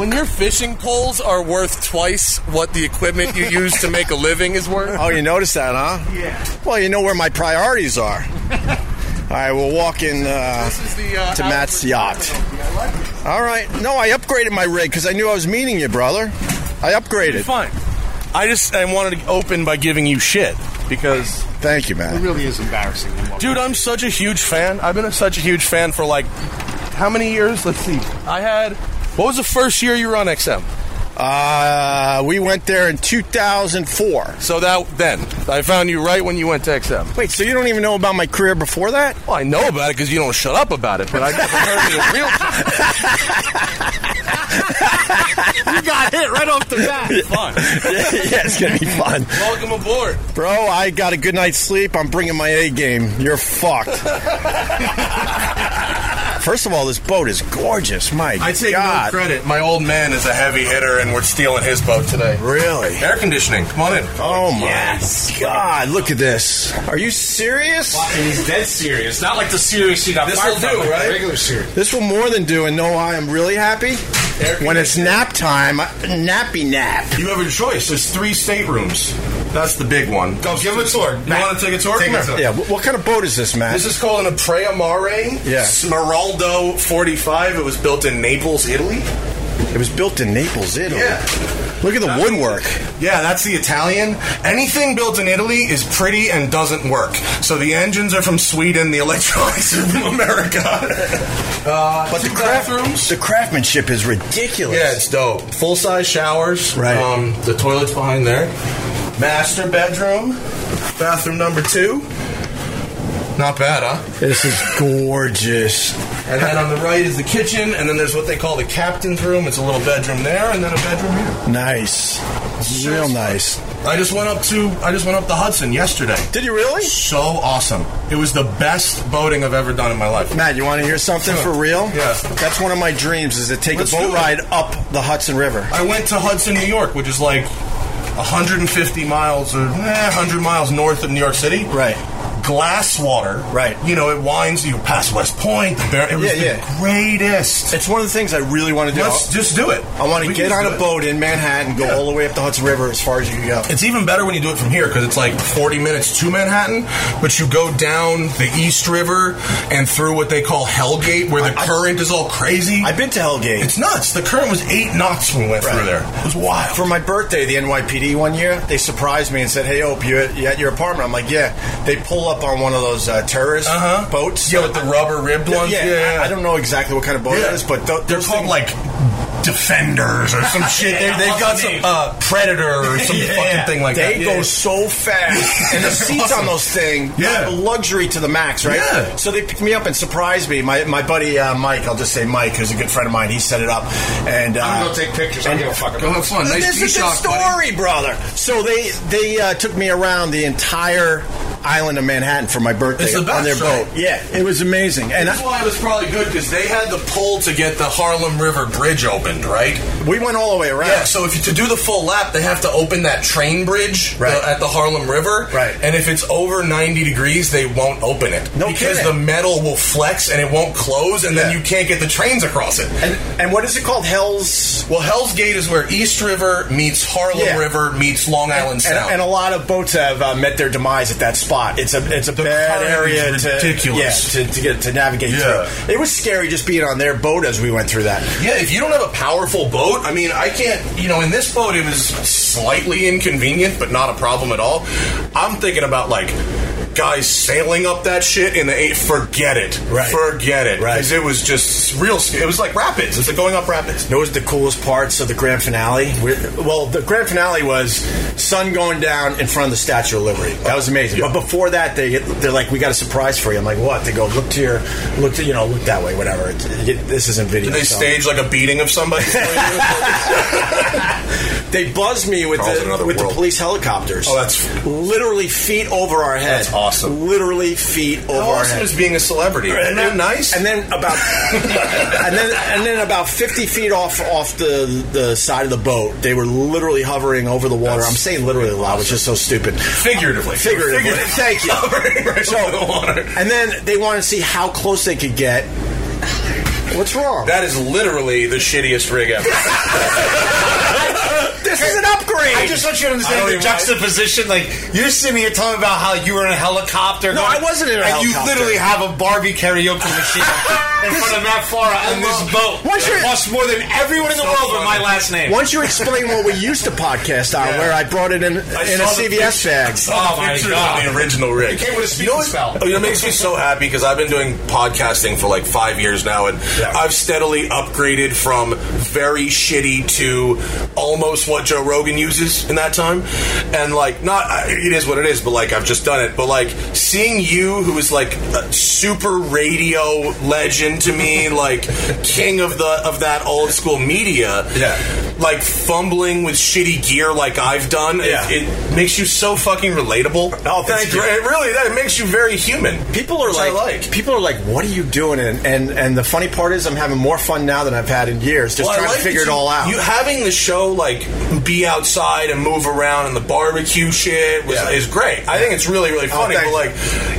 When your fishing poles are worth twice what the equipment you use to make a living is worth.
Oh, you noticed that, huh? Yeah. Well, you know where my priorities are. All right, we'll walk in uh,
the, uh,
to Matt's yacht. All right. No, I upgraded my rig because I knew I was meeting you, brother. I upgraded.
Fine. I just I wanted to open by giving you shit because
Thank you, man.
really is embarrassing.
dude, I'm such a huge fan. I've been a, such a huge fan for like how many years? Let's see. I had what was the first year you were on XM?
Uh, we went there in 2004.
So that then I found you right when you went to XM.
Wait, so you don't even know about my career before that?
Well, I know about it because you don't shut up about it, but I never heard of the real.
You got hit right off the bat.
Fun.
yeah, it's gonna be fun,
Welcome aboard.
bro. I got a good night's sleep. I'm bringing my A game. You're fucked. First of all, this boat is gorgeous. My
I take
God.
no credit. My old man is a heavy hitter, and we're stealing his boat today.
Really?
Air conditioning. Come on in.
Oh my God! Look at this. Are you serious?
He's dead serious. Not like the serious you got
This
fired
will
from,
do,
like
right?
the Regular series.
This will more than do, and know why I'm really happy when it's nap time. I- Nappy nap.
You have a choice. There's three staterooms. That's the big one. Go give him a tour. You want to take a tour? Come here.
Yeah. wh- What kind of boat is this, man?
This is called an Aprea Mare
Yeah.
Smeraldo 45. It was built in Naples, Italy.
It was built in Naples, Italy.
Yeah. Look at the woodwork. Yeah, that's the Italian. Anything built in Italy is pretty and doesn't work. So the engines are from Sweden, the electronics are from America. Uh, but the bathrooms,
the craftsmanship is ridiculous.
Yeah, it's dope. Full size showers.
Right.
Um, the toilets behind there. Master bedroom. Bathroom number two. Not bad, huh?
This is gorgeous.
And then on the right is the kitchen, and then there's what they call the captain's room. It's a little bedroom there, and then a bedroom here.
Nice. Real nice.
I just went up to I just went up the Hudson yesterday. Did you really? So awesome! It was the best boating I've ever done in my life.
Matt, you want to hear something for real?
Yeah.
That's one of my dreams is to take
Let's
a
do
boat
it.
ride up the Hudson River.
I went to Hudson, New York, which is like 150 miles or eh, 100 miles north of New York City. Right. Glass water. Right. You know, it winds you past West Point. The Bear, it was
yeah,
the
yeah.
greatest.
It's one of the things I really want to do.
Let's just do it.
I want to
We
get
can just
on
do
a
it.
boat in Manhattan, go all the way up the Hudson River as far as you can go.
It's even better when you do it from here because it's like 40 minutes to Manhattan, but you go down the East River and through what they call Hellgate, where the current is all crazy. I've
been to Hellgate.
It's nuts. The current was eight knots when we went through there. It was wild.
For my birthday, the NYPD one year, they surprised me and said, "Hey, Ope, you at, you at your apartment?" I'm like, "Yeah." They pull up on one of those uh, terrorist boats. Yeah,
with the rubber ribbed ones?
Yeah,
Yeah.
I, I don't know exactly what kind of boat
Yeah.
it is, but th-
They're called like Defenders or some shit. They, they've got some uh, Predator or some
Yeah.
fucking thing like that.
They
Yeah.
go so fast, and the
They're
seats
awesome.
on those thing, yeah,
Yeah.
luxury to the max, right?
Yeah.
So they picked me up and surprised me. My my buddy uh, Mike, I'll just say Mike, who's a good friend of mine. He set it up, and uh, "Oh,
I'm gonna go take pictures. I don't give a fuck about Go have it. fun. Nice
this is a good
D-Shock, buddy.
story, brother. So they they uh, took me around the entire island of Manhattan for my birthday
It's the best,
on their
right?
boat. Yeah, it was amazing, and
That's
I,
why it was probably good because they had the pull to get the Harlem River Bridge opened, right?
We went all the way around.
Yeah, so if you, to do the full lap, they have to open that train bridge
Right.
the- at the Harlem River. Right. And if it's over 90 degrees, they won't open it. No Because
kidding.
the metal will flex and it won't close, and then
Yeah.
you can't get the trains across it.
And, and what is it called? Hell's.
Well, Hell's Gate is where East River meets Harlem
Yeah.
River meets Long Island
and,
Sound.
and a lot of boats have uh, met their demise at that spot. It's a it's a bad
current
area
is
to
ridiculous.
yeah, to, to get to navigate
Yeah.
through. It was scary just being on their boat as we went through that.
Yeah, if you don't have a powerful boat, I mean, I can't. You know, in this boat, it was slightly inconvenient, but not a problem at all. I'm thinking about like guys sailing up that shit in the eight. Forget it.
Right.
Forget it.
Right.
Because it was just real. sc- It was like rapids. It's like going up rapids.
Those was the coolest parts of the grand finale. We're, well, the grand finale was sun going down in front of the Statue of Liberty. That was amazing. But before that, they they're like, "We got a surprise for you." I'm like, "What?" They go, "Look to your, look to you know, look that way, whatever." It, it- this isn't video.
Did they
so-
stage like a beating of somebody?
They buzzed me with
Carl's another
the with the
world.
police helicopters.
Oh, that's-
literally feet over our head.
That's awesome.
Literally feet over
How
our
awesome
head.
is being a celebrity? Isn't that nice?
And then about and then and then about fifty feet off off the the side of the boat, they were literally hovering over the water. I'm saying literally a lot, which is so stupid.
Figuratively.
Figuratively. Thank you.
Hovering right
So-
over the water.
And then they wanted to see how close they could get. What's wrong?
That is literally the shittiest rig ever.
This is an upgrade.
I just want you to
I
understand
don't
the
even-
juxtaposition. Like you're sitting here telling about how you were in a helicopter.
No, I wasn't in a
and
helicopter.
you literally have a Barbie karaoke machine in front of Matt Flora on this boat.
Once
It
you're-
costs more than everyone in the
So
world with my
funny.
last name.
Once you explain what we used to podcast on, where I brought it in in a
saw the
CVS bag.
Oh my god! The original rig.
It came with a
you know what? Oh, you know, it makes me so happy because I've been doing podcasting for like five years now, and I've steadily upgraded from very shitty to almost what Joe Rogan uses in that time. And like, not I- it is what it is, but like I've just done it. But like seeing you, who is like a super radio legend to me, like king of the of that old school media. Yeah. Like fumbling with shitty gear, like I've done.
Yeah.
It, it makes you so fucking relatable. Oh,
thank you.
It really that it makes you very human.
People are
Which I
like, people are like, what are you doing? And, and and the funny part is, I'm having more fun now than I've had in years, just
Well, I
trying
like
to figure
that
it all
you-
out.
You having the show like be outside and move around and the barbecue shit was,
Yeah.
is great. I think it's really really
Oh,
funny.
thank
but
you.
like,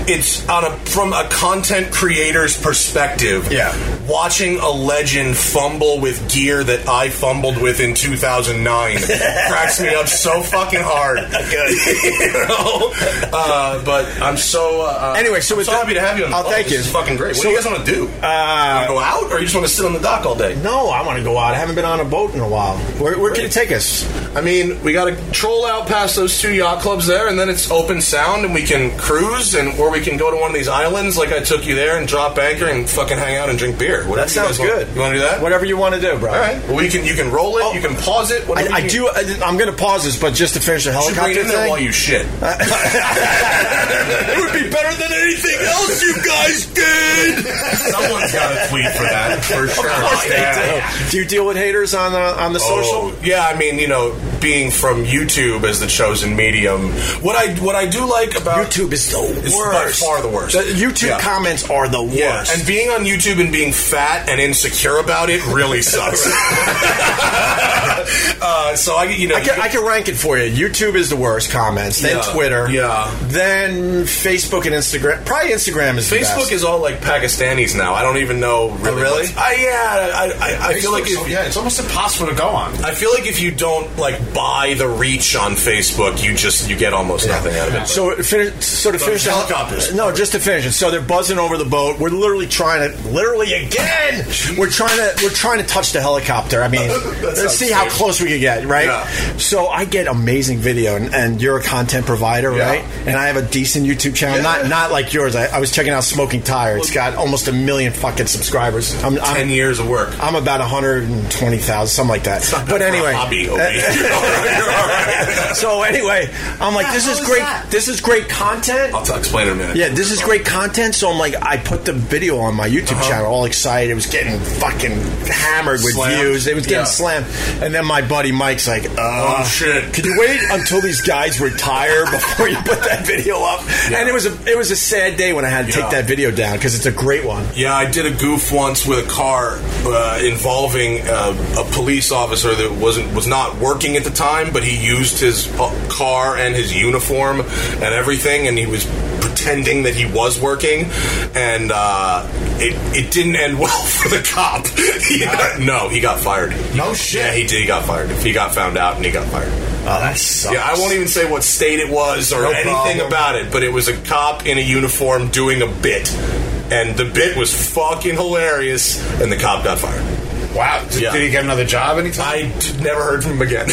it's on a from a content creator's perspective.
Yeah.
watching a legend fumble with gear that I fumbled with in 2009 cracks me up so fucking hard. you know? Uh, but I'm so uh,
Anyway, so
I'm
with
so
that-
happy to have you. On the
Oh,
boat.
thank
This
you.
is fucking great.
So-
What do you guys want to do? Uh, go out, or you just want to sit on the dock all day?
no, I want to go out. I haven't been on a boat in a while. Where, where can you take us?
Yes. I mean, we got to troll out past those two yacht clubs there, and then it's open sound, and we can cruise, and or we can go to one of these islands, like I took you there, and drop anchor and fucking hang out and drink beer.
That
Whatever you guys
sounds
want.
good.
You want to do that?
Whatever you want to do, bro.
All right. Well, you can you can roll it. you can pause it.
I,
Whatever
I
you
do. I, I'm going to pause this, but just to finish the
You should
helicopter
bring it in there
thing.
while you shit.
it would be better than anything else you guys did.
Someone's got a tweet for that, for sure.
Of course they
Yeah.
do. Do you deal with haters on the on the social?
Oh, yeah, I mean, you know, being from YouTube as the chosen medium, what I what I do like about
YouTube is the worst.
Uh, by far the worst.
The YouTube
Yeah.
comments are the worst.
Yeah, and being on YouTube and being fat and insecure about it really sucks. uh, so I, you know,
I can, I can rank it for you. YouTube is the worst comments. Then
Yeah,
Twitter.
yeah.
Then Facebook and Instagram. Probably Instagram is the
Facebook
best.
is all like Pakistanis now. I don't even know really.
really?
what's- I, yeah, I, I, I feel like
Facebook's
if,
so-
yeah, it's almost impossible to go on. I feel like if you don't like buy the reach on Facebook, you just you get almost nothing out of it.
So finish, so to
Those
finish the
helicopters.
No, just to finish it. So they're buzzing over the boat. We're literally trying to, literally again. We're trying to, we're trying to touch the helicopter. I mean, let's
sounds
see how
safe.
close we can get, right?
Yeah.
So I get amazing video, and, and you're a content provider, right? And I have a decent YouTube channel, not not like yours. I, I was checking out Smoking Tire. It's got almost a million fucking subscribers. I'm, I'm,
Ten years of work.
I'm about 120,000, something like that. but anyway, uh,
hobby, Obi.
so anyway, I'm like, this is great. This is great content.
I'll t- explain in a minute.
Yeah, this is great content. So I'm like, I put the video on my YouTube
Uh-huh.
channel, all excited. It was getting fucking hammered with
Slammed.
views. It was getting
Yeah.
slammed. And then my buddy Mike's like, uh,
Oh, shit.
Could you wait until these guys retire before you put that video up? And it was a it was a sad day when I had to take that video down because it's a great one.
Yeah, I did a goof once with a car uh, involving uh, a police officer that wasn't was not working at the time, but he used his uh, car and his uniform and everything, and he was pretending that he was working, and uh, it it didn't end well for the cop. Yeah, no, he got fired. No shit. Yeah, he did. He got fired. He got found out, and he got fired.
Oh, that sucks.
Yeah, I won't even say what state it was or
No
anything
problem.
about it, but it was a cop in a uniform doing a bit. And the bit was fucking hilarious, and the cop got fired. Wow.
Did- did he
get another job anytime? I d- never heard from him again.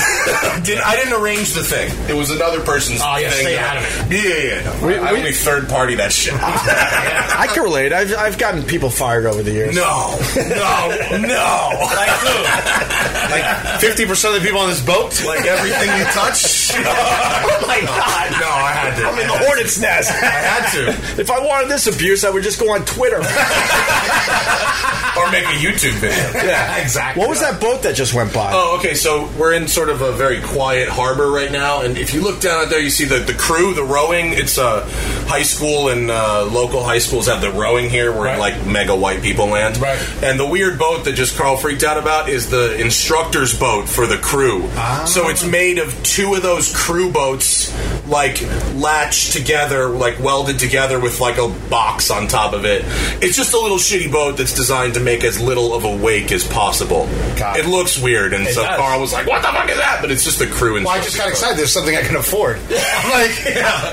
did, I didn't arrange the thing. It was another person's
Oh, yeah,
thing.
stay
that-
out of
Yeah, yeah, yeah. No, I only third party that shit.
I can relate. I've I've gotten people fired over the years.
No, no, no. Like
Like fifty percent of the people on this boat,
like everything you touch.
oh my
god! No, I had to.
I'm in the hornet's nest. I
had to.
If I wanted this abuse, I would just go on Twitter.
or make a YouTube video.
Yeah.
exactly.
What was that boat that just went
Uh,
by?
Oh, okay. So we're in sort of a very quiet harbor right now, and if you look down out there, you see the, the crew, the rowing. It's uh, high school and uh, local high schools have the rowing here. We're in like mega white people land. Right. And the weird boat that just Carl freaked out about is the instructor's boat for the crew. So
Oh.
it's made of two of those crew boats, like latched together, like welded together with like a box on top of it. It's just a little shitty boat that's designed to make as little of a wake as possible. It looks weird, and
It
so
does.
Carl was like, "What the fuck is that?" But it's just the crew.
Well, I just got excited. There's something I can afford. I'm like,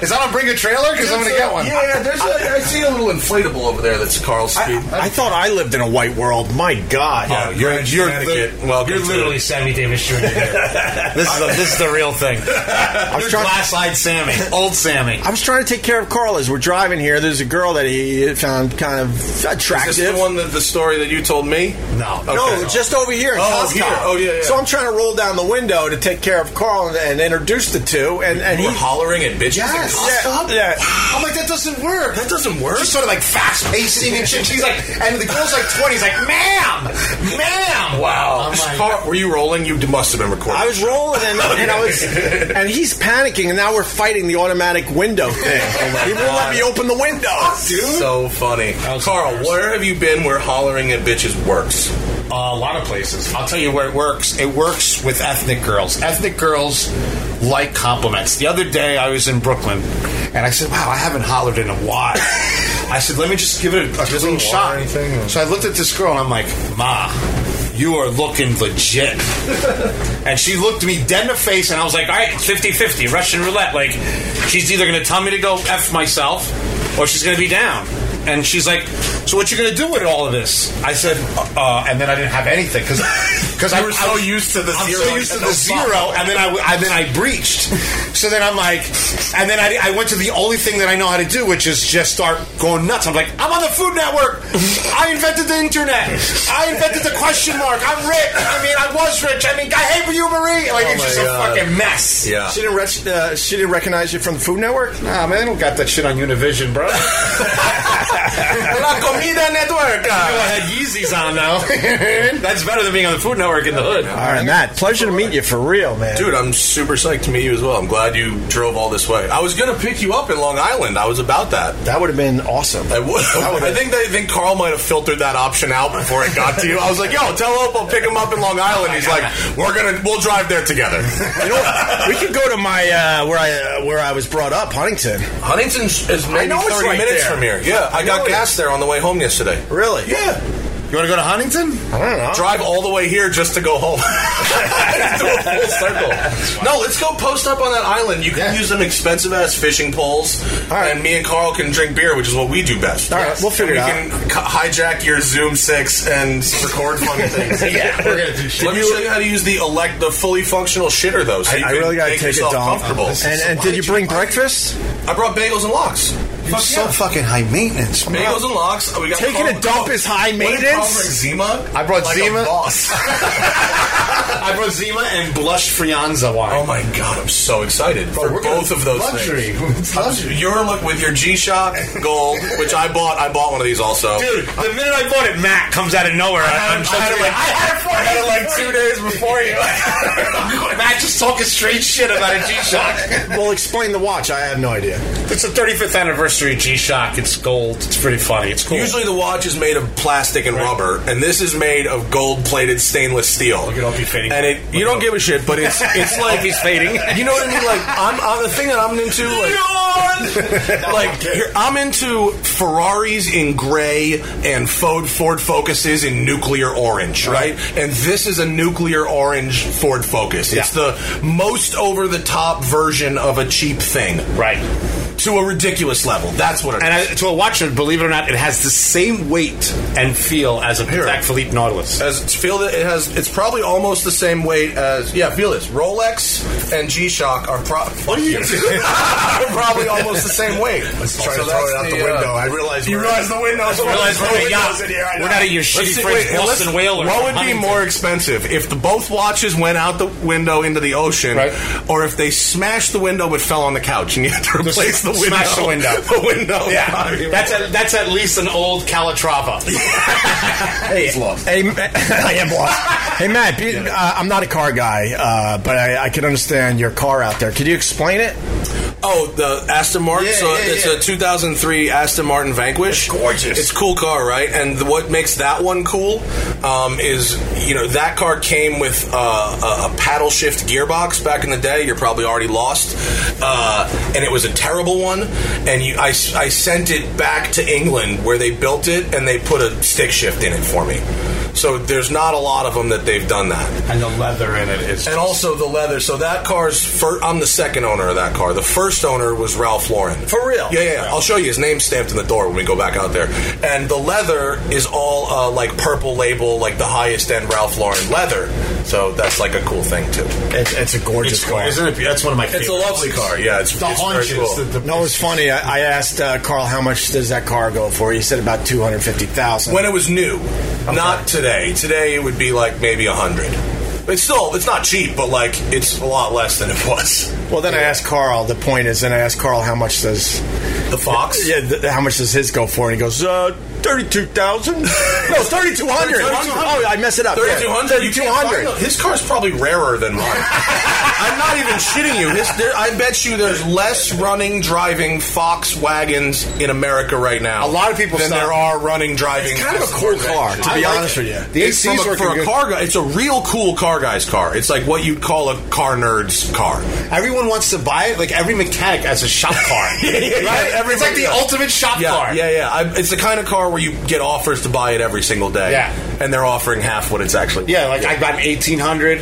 is that on bring a trailer? Because I'm going to get one.
Yeah, there's a, I see a little inflatable over there that's Carl's speed.
I thought I lived in a white world. My God.
Oh,
Yeah, you're in Connecticut. Welcome
You're
to
literally
it.
Sammy Davis Jr. this is the, this is the real thing. You're glass-eyed Sammy, old Sammy.
I was trying to take care of Carl as we're driving here. There's a girl that he found kind of attractive.
Is this the one that the story that you told me?
No, no, just over here in
Oh,
Costco.
here. Oh, yeah, yeah.
So I'm trying to roll down the window to take care of Carl and, and introduce the two. And, and
You were
he-
hollering at bitches at
Yes.
Costco?
Yeah. yeah.
I'm like, that doesn't work.
That doesn't work.
She's sort of like fast pacing and shit. She's like, and the girl's like 20. He's like, ma'am, ma'am.
Wow.
I'm like-
Carl, were you rolling? You must have been recording.
I was rolling and, and I was and he's panicking and now we're fighting the automatic window thing. he won't let me open the window.
dude. So funny. Carl, where have you been where hollering at bitches works?
a lot of places. I'll tell you where it works. It works with ethnic girls. Ethnic girls like compliments. The other day I was in Brooklyn and I said, "Wow, I haven't hollered in a while." I said, "Let me just give it a, a clean shot." So I looked at this girl and I'm like, "Ma, you are looking legit." and she looked me dead in the face and I was like, "All right, it's 50-50, Russian roulette. Like she's either going to tell me to go f myself or she's going to be down." And she's like, "So what you gonna do with all of this?" I said, uh, uh, "And then I didn't have anything because
because I
You were so used to the
I'm
zero,
so used to
and the
the zero, and then I w- and then I breached. So then I'm like, and then I, I went to the only thing that I know how to do, which is just start going nuts. I'm like, I'm on the Food Network. I invented the internet. I invented the question mark. I'm rich. I mean, I was rich. I mean, I hate you, Marie.
Oh
Like it's
my
just
God.
a fucking mess.
She didn't, rec- uh, she didn't recognize you from the Food Network? Nah, man, they don't got that shit on Univision, bro.
La Comida Network. You had
Yeezys on now. That's better than being on the Food Network in the hood.
All right, Matt, pleasure to meet you for real, man.
Dude, I'm super psyched to meet you as well. I'm glad you drove all this way. I was gonna pick you up in Long Island. I was about that.
That would have been awesome.
I would. I think they think Carl might have filtered that option out before it got to you. I was like, "Yo, tell Hope I'll pick him up in Long Island." He's like, "We're gonna, we'll drive there together."
You know what? we could go to my uh, where I uh, where I was brought up, Huntington.
Huntington's is maybe 30 minutes from here. Yeah, I, got gas there on the way home yesterday.
Really? Yeah. You want to go to Huntington? I don't know.
Drive all the way here just to go home. Just do a full circle. No, let's go post up on that island. You can use them expensive ass fishing poles, and me and Carl can drink beer, which is what we do best.
All right, we'll figure it
and we can ca- hijack your Zoom six and record fun things.
Yeah, we're gonna do shit.
Let me show you how to use the elect, the fully functional shitter though. So
I,
you
I
can
really gotta
make
take it
yourself
down.
Comfortable.
And, and did you bring breakfast?
I brought bagels and lox.
You're so fucking high maintenance, man.
Bagels and lox. We got
Taking a dump is high maintenance.
Zima.
I brought
Like a
Zima.
boss.
I brought Zima and blush Frianza wine.
Oh my god, I'm so excited for
we're
both
gonna-
of those
luxury.
things. You're look with your G-Shock Gold, which I bought. I bought one of these also.
Dude, the minute I bought it, Matt comes out of nowhere. I, am
I had it like, I had it like two days before you.
Matt just talking straight shit about a G Shock.
well, explain the watch. I have no idea.
It's the 35th anniversary G Shock. It's gold. It's pretty funny. It's cool.
Usually the watch is made of plastic and rubber, and this is made of gold-plated stainless steel. Look at Opie fading. And it, you don't give a shit, but it's it's like
Opie's fading.
You know what I mean? Like I'm, I'm the thing that I'm into. Like, like here, I'm into Ferraris in gray and Ford Ford Focuses in nuclear orange, right? And this is a nuclear orange Ford Focus. It's the most over-the-top version of a cheap thing,
right?
To a ridiculous level. That's what it is.
And I, to a watcher, believe it or not, it has the same weight and feel as a Patek Philippe Nautilus.
As it's feel that it has, it's probably almost the same weight as yeah. Feel this. Rolex and G Shock are, pro- are probably almost the same weight. Let's
try to throw it out the window. I realize
you
we're-
realize uh, the window's
I realize
the
we're in a yacht.
window's in here. I
We're
know.
not at your
Let's
shitty
see-
friend's
wait, now
Boston
let's-
Whaler
What
from
would be
Huntington.
more expensive if the both watches went out the window into the ocean, or if they smashed the window but fell on the couch and you had to replace the window?
Smash the window.
the window.
Yeah, that's at, that's at least an old Calatrava.
Hey, hey, Ma- I am lost. Hey, Matt, be, uh, I'm not a car guy, uh, but I, I can understand your car out there. Could you explain it?
Oh, the Aston Martin.
Yeah,
so
yeah,
it's
yeah.
a 2003 Aston Martin Vanquish. gorgeous. It's a cool car, right? And the- what makes that one cool um, is you know that car came with uh, a, a paddle shift gearbox back in the day. You're probably already lost, uh, and it was a terrible one. And you, I, s- I sent it back to England where they built it, and they put a stick shift in it for me. So there's not a lot of them that they've done that.
and the leather in it is.
And also the leather. So that car's. Fir- I'm the second owner of that car. The first owner was Ralph Lauren. For real? Yeah, yeah. yeah. I'll show you his name stamped in the door when we go back out there. And the leather is all uh, like purple label, like the highest end Ralph Lauren leather. So that's like a cool thing too.
It's, it's a gorgeous car.
it? That's one of my
It's a lovely car. Yeah, it's it's very cool.
no, it's funny. I, I asked uh, Carl how much does that car go for. He said about two hundred fifty thousand.
when it was new, not today. Today it would be like maybe a hundred. It's still it's not cheap, but like it's a lot less than it was.
Well, then I asked Carl. The point is, then I asked Carl how much does
the Fox?
Yeah, th- how much does his go for? And he goes, uh, thirty-two thousand. No, thirty-two hundred. Oh, I mess it up. Yeah.
3200 You can't find them. His car's probably rarer than mine. I'm not even shitting you. His, there, I bet you there's less running, driving Fox wagons in America right now. A lot of people than
stop.
there are running, driving.
It's kind of a cool car, to be honest with you. The
The it's
ACs
from a,
working
for a
good.
car guy. It's a real cool car guy's car. It's like what you'd call a car nerd's car.
Everyone wants to buy it. Like every mechanic has a shop car. right? It's like the ultimate shop
yeah,
car.
Yeah, yeah. I, it's the kind of car where you get offers to buy it every single day.
Yeah.
and they're offering half what it's actually.
Yeah, like I got an 1800,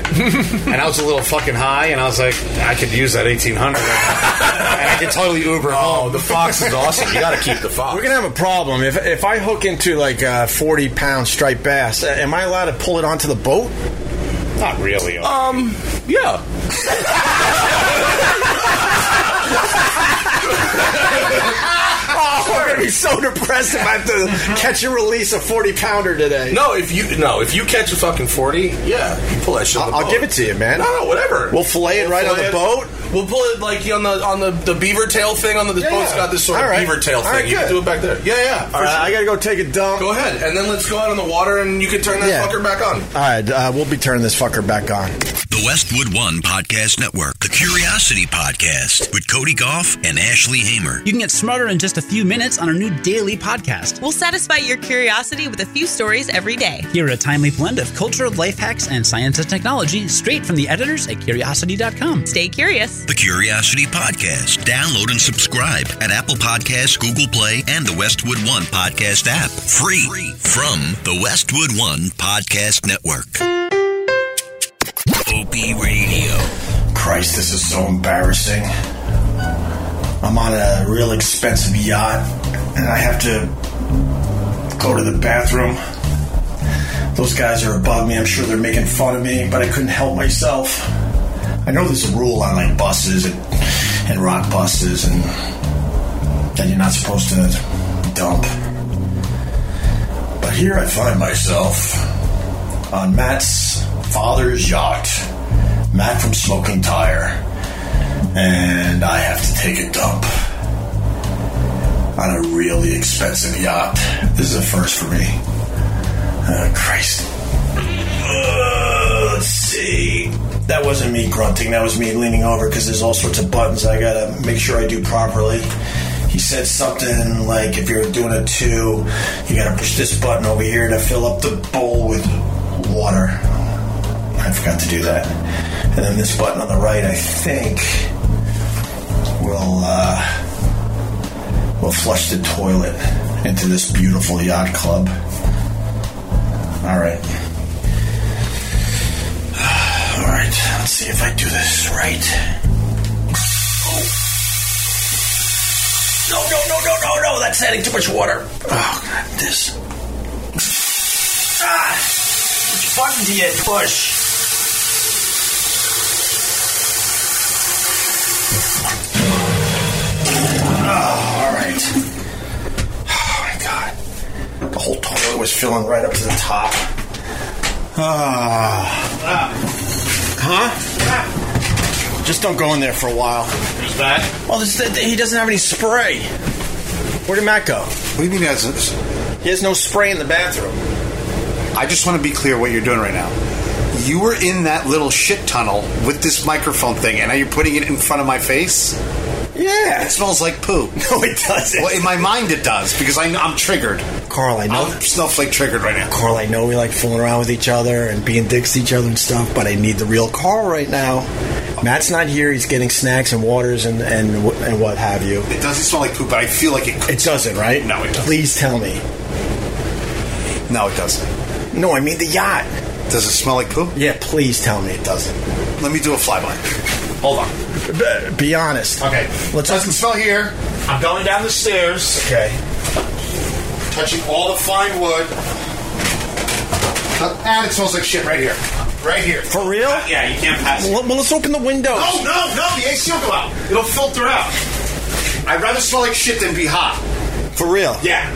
and I was a little fucking high, and I was like, I could use that 1800. and I could totally Uber
Oh,
Oh.
home.
The Fox is awesome. You got to keep the Fox.
We're gonna have a problem if if I hook into like a forty-pound striped bass. uh, Am I allowed to pull it onto the boat?
Not really.
Um, yeah.
oh, I'm gonna be so depressed if I have to catch and release a 40 pounder today.
No, if you no, if you catch a fucking forty, yeah, you pull that shit. On the
I'll
boat.
give it to you, man.
No, no, whatever.
We'll fillet it right on the boat.
We'll pull it like on the on the, the beaver tail thing on the. This
Yeah,
boat's
yeah.
got this sort
All
of
right.
beaver tail
All
thing.
right,
you can
good.
do it back there. Yeah, yeah.
All right, I gotta go take a dump.
Go ahead, and then let's go out on the water, and you can turn that
Yeah.
fucker back on.
All right, uh, we'll be turning this fucker back on.
The Westwood One Podcast Network, the Curiosity Podcast with Cody Goff and Ashley Hamer.
You can get smarter in just a few minutes on our new daily podcast.
We'll satisfy your curiosity with a few stories every day.
Hear a timely blend of culture, life hacks, and science and technology straight from the editors at curiosity.com.
Stay curious.
The Curiosity Podcast. Download and subscribe at Apple Podcasts, Google Play, and the Westwood One Podcast app. Free from the Westwood One Podcast Network. OP Radio.
Christ, this is so embarrassing. I'm on a real expensive yacht and I have to go to the bathroom. Those guys are above me. I'm sure they're making fun of me, but I couldn't help myself. I know there's a rule on like buses and, and rock buses and that you're not supposed to dump. But here I find myself on Matt's father's yacht. Matt from Smoking Tire. And I have to take a dump on a really expensive yacht. This is a first for me. Oh, Christ. Uh, let's see. That wasn't me grunting. That was me leaning over because there's all sorts of buttons I gotta make sure I do properly. He said something like, if you're doing a two, you gotta push this button over here to fill up the bowl with water. I forgot to do that. And then this button on the right, I think, will uh, will flush the toilet into this beautiful yacht club. All right. All right. Let's see if I do this right.
No, no, no, no,
Oh,
no, no. That's adding too much water.
Oh God, this.
Ah, which
Ah.
button do you push?
Oh, all right. Oh my God. The whole toilet was filling right up to the top. Ah. Huh? Just don't go in there for a while. Who's that? Well, this, th- he doesn't have any spray. Where did Matt go?
What do you mean he has?
He has no spray in the bathroom.
I just want to be clear what you're doing right now. You were in that little shit tunnel with this microphone thing, and now you're putting it in front of my face.
Yeah,
it smells like poo.
No, it doesn't.
Well, in my mind, it does because I, know- I'm triggered.
Carl, I know.
I'm snowflake triggered right now.
Carl, I know we like fooling around with each other and being dicks to each other and stuff, but I need the real Carl right now. Matt's not here. He's getting snacks and waters and and, wh- and what have you.
It doesn't smell like poop, but I feel like it.
It doesn't, right?
No, it doesn't.
Please tell me.
No, it doesn't.
No, I mean the yacht.
Does it smell like poo?
Yeah, please tell me it doesn't.
Let me do a flyby. Hold on.
B- be honest.
Okay.
Let's
doesn't smell here. I'm going down the stairs.
Okay.
Touching all the fine wood. And it smells like shit right here. Right here.
For real?
Yeah, you can't pass. it.
Well, well, let's open the windows.
No, Oh, no, no. The AC will go out. It'll filter out. I'd rather smell like shit than be hot.
For real?
Yeah.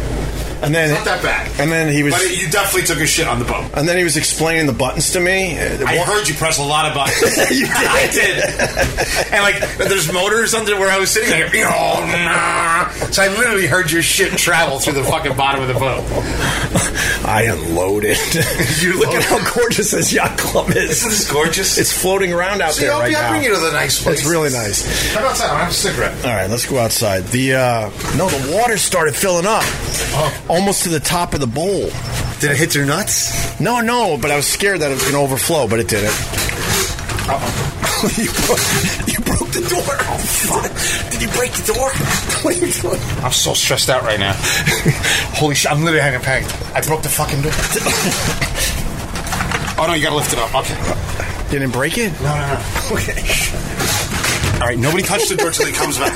And then
It's not that bad.
And then he was.
But you definitely took a shit on the boat.
and then he was explaining the buttons to me. Uh,
I
wa-
heard you press a lot of buttons. you did. I did. And like, there's motors under where I was sitting. Like, oh, nah.
So I literally heard your shit travel through the fucking bottom of the boat.
I unloaded. you look at how gorgeous this yacht club is. Isn't
Oh. this gorgeous?
It's floating around out
See,
there
I'll
right
be- I'll
now.
bring you to the nice
It's really nice.
Come outside. I have a cigarette.
All right, let's go outside. The uh, no, the water started filling up, almost to the top of the bowl.
Oh. Did it hit your nuts?
No, no, but I was scared that it was going to overflow, but it didn't. you, broke, you broke the door. Oh, fuck. Did you break the door? What are you doing?
I'm so stressed out right now. Holy shit! I'm literally having a panic. I broke the fucking door. oh no! You gotta lift it up. Okay.
Didn't break it?
No, no, no. Okay. All right. Nobody touched the door till he comes back.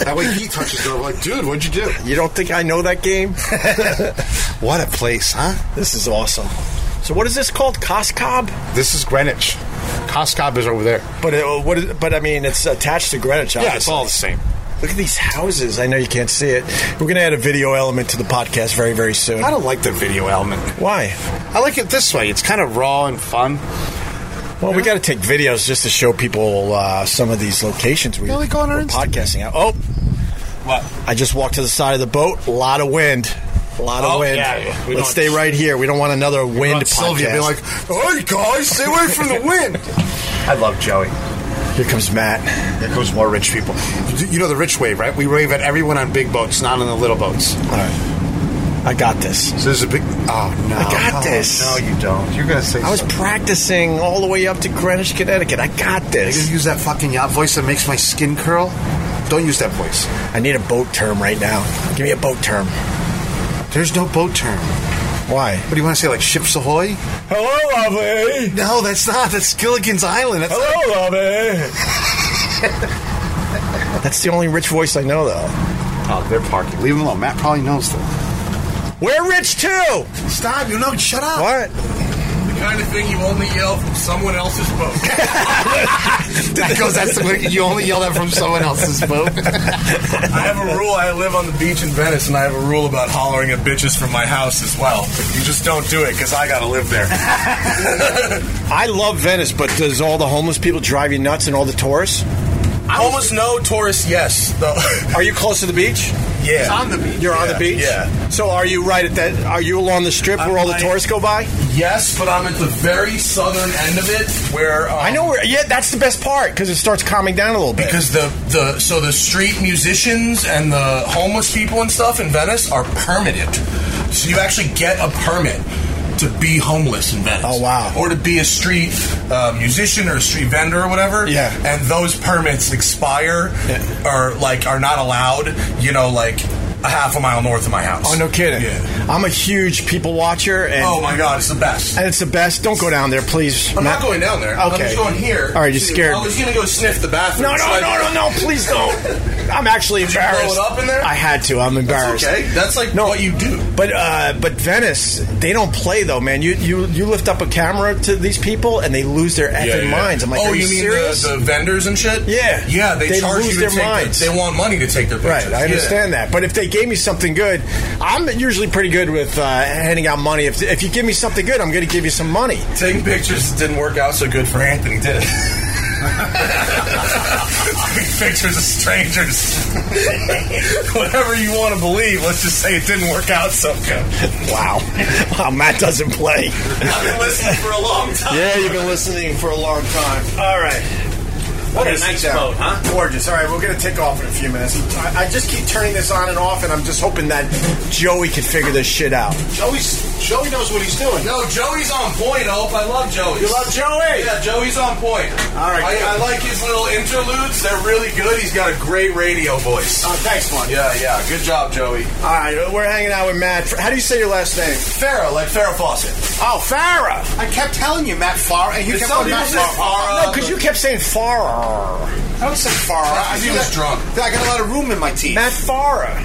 That way he touches the door. Like, dude, what'd you do?
You don't think I know that game?
what a place, huh?
This is awesome. So what is this called? Coscob?
This is Greenwich. Coscob is over there.
But it, what is, but I mean, it's attached to Greenwich.
Yeah, it's
obviously.
all the same.
Look at these houses. I know you can't see it. We're going to add a video element to the podcast very, very soon.
I don't like the video element.
Why?
I like it this way. It's kind of raw and fun.
Well, we got to take videos just to show people uh, some of these locations we,
Yeah, we go on our
we're
Instagram.
podcasting at. Oh,
What?
I just walked to the side of the boat. A lot of wind. A lot of
Oh,
wind.
yeah, yeah. We
Let's
don't-
stay right here. We don't want another wind podcast.
Sylvia be like, "Hey guys, stay away from the wind." I love Joey.
Here comes Matt.
Here comes more rich people. You know the rich wave, right? We wave at everyone on big boats, not on the little boats. All
right. I got this.
So there's a big. Oh no!
I got
Oh,
this.
No, you don't. You're gonna say.
I was practicing all the way up to Greenwich, Connecticut. I got
You're
this.
gonna use that fucking yacht voice that makes my skin curl. Don't use that voice.
I need a boat term right now. Give me a boat term.
There's no boat term.
Why?
What do you want to say? Like ships ahoy?
Hello, lovely.
No, that's not. That's Gilligan's Island. That's
Hello, lovely. That's the only rich voice I know, though.
Oh, they're parking. Leave them alone. Matt probably knows them.
We're rich too.
Stop! You know, shut up.
What?
The kind of thing you only yell from someone else's boat.
that goes. That's the way you only yell that from someone else's boat.
I have a rule. I live on the beach in Venice, and I have a rule about hollering at bitches from my house as well. You just don't do it because I gotta live there.
I love Venice, but does all the homeless people drive you nuts and all the tourists?
Almost no tourists. Yes. The-
Are you close to the beach?
Yeah.
It's on the beach.
You're on
Yeah,
the beach.
yeah.
So are you right at that? Are you along the strip where all the
like-
tourists go by?
Yes, but I'm at the very southern end of it, where um,
I know where. Yeah, that's the best part because it starts calming down a little bit.
because the the so the street musicians and the homeless people and stuff in Venice are permitted. So you actually get a permit to be homeless in Venice.
Oh, wow.
Or to be a street uh, musician or a street vendor or whatever.
Yeah.
And those permits expire or like are not allowed. You know, like a half a mile north of my house.
Oh no, kidding! I'm a huge people watcher, and
Oh my god, it's the best.
and it's the best. Don't go down there, please.
I'm not
Matt.
going down there.
Okay,
I'm just going here.
All right, you scared.
I was gonna go sniff the bathroom.
No, no,
so I-
no, no, no! Please don't. I'm actually
you blow it
embarrassed.
up in there?
I had to. I'm embarrassed.
okay. That's like what you do.
But uh, but Venice, they don't play though, man. You you you lift up a camera to these people, and they lose their effing minds. I'm like,
oh,
are you,
mean
serious?
The, the vendors and shit?
Yeah.
yeah. They,
They
charge
lose
you to
their
take
minds.
Their, they want money to take their pictures.
Right, I understand that. But if they gave me something good, I'm usually pretty good with uh, handing out money. If, if you give me something good, I'm going to give you some money.
Yeah. Taking pictures didn't work out so good for Anthony, did it? Taking pictures of strangers. Whatever you want to believe, let's just say it didn't work out so good.
Wow. Wow, Matt doesn't play.
I've been listening for a long time.
Yeah, you've been listening for a long time. All right.
What a
Let's sit
nice
down.
boat, huh?
Gorgeous. All right, we're going to take off in a few minutes. I, I just keep turning this on and off, and I'm just hoping that Joey can figure this shit out.
Joey's Joey knows what he's doing.
No, Joey's on point, Hope. I love Joey.
You love Joey?
Yeah, Joey's on point. All
right, good.
I, I like his little interludes. They're really good. He's got a great radio voice.
Uh, thanks, man.
Yeah, yeah. Good job, Joey.
All right, we're hanging out with Matt. How do you say your last name?
Farrah, like Farrah Fawcett.
Oh, Farah.
I kept telling you, Matt Farr, and you
Did
kept
some
on Matt
people say
Farr.
Farr?
No, because you kept saying Farah.
I don't say Farr. I
He
do
was
that-
drunk.
I got a lot of room in my teeth.
Matt Farah.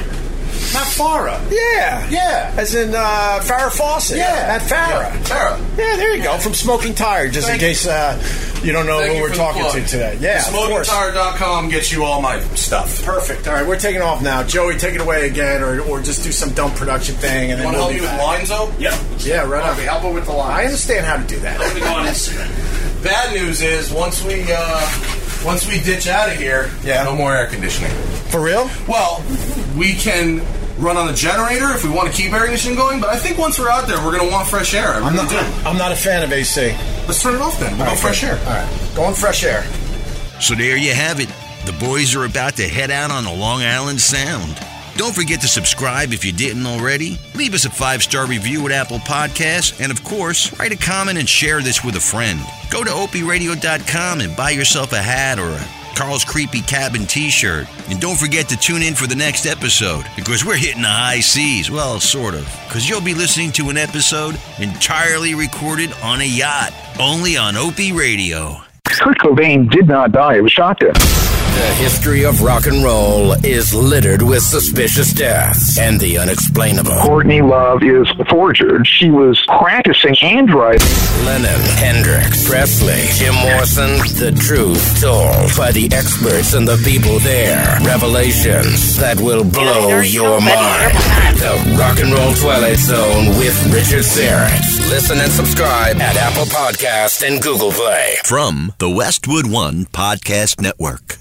Matt Farah.
Yeah.
Yeah.
As in uh, Farrah Fawcett.
Yeah.
Matt Farrah.
Yeah, Farrah.
Yeah, there you go. From Smoking Tire, just
Thank
in case uh, you don't know
Thank
who
you
we're
for the
talking
plug.
to today. Yeah, of course.
SmokingTire.com gets you all my stuff.
Perfect. All right, we're taking off now. Joey, take it away again, or, or just do some dumb production thing, and then
Want to
we'll
help
be
you with
back.
lines, though? Yep.
Yeah, right on.
help her with the line.
I understand how to do that.
Bad news is once we uh, once we ditch out of here,
Yeah.
no more air conditioning.
For real?
Well, we can run on the generator if we want to keep air conditioning going, but I think once we're out there, we're going to want fresh air. I
I'm
really
not.
do.
I'm not a fan of AC.
Let's turn it off then. We'll go fresh air.
All right, going fresh air.
So there you have it. The boys are about to head out on the Long Island Sound. Don't forget to subscribe if you didn't already. Leave us a five star review at Apple Podcasts. And of course, write a comment and share this with a friend. Go to opradio.com and buy yourself a hat or a Carl's Creepy Cabin t shirt. And don't forget to tune in for the next episode because we're hitting the high seas. Well, sort of. Because you'll be listening to an episode entirely recorded on a yacht, only on Opie Radio.
Kurt Cobain did not die of a shotgun.
The history of rock and roll is littered with suspicious deaths and the unexplainable.
Courtney Love is a forger. She was practicing handwriting.
Lennon, Hendrix, Presley, Jim Morrison, the truth told by the experts and the people there. Revelations that will blow your mind. The Rock and Roll Twilight Zone with Richard Serrett. Listen and subscribe at Apple Podcast and Google Play.
From the Westwood One Podcast Network.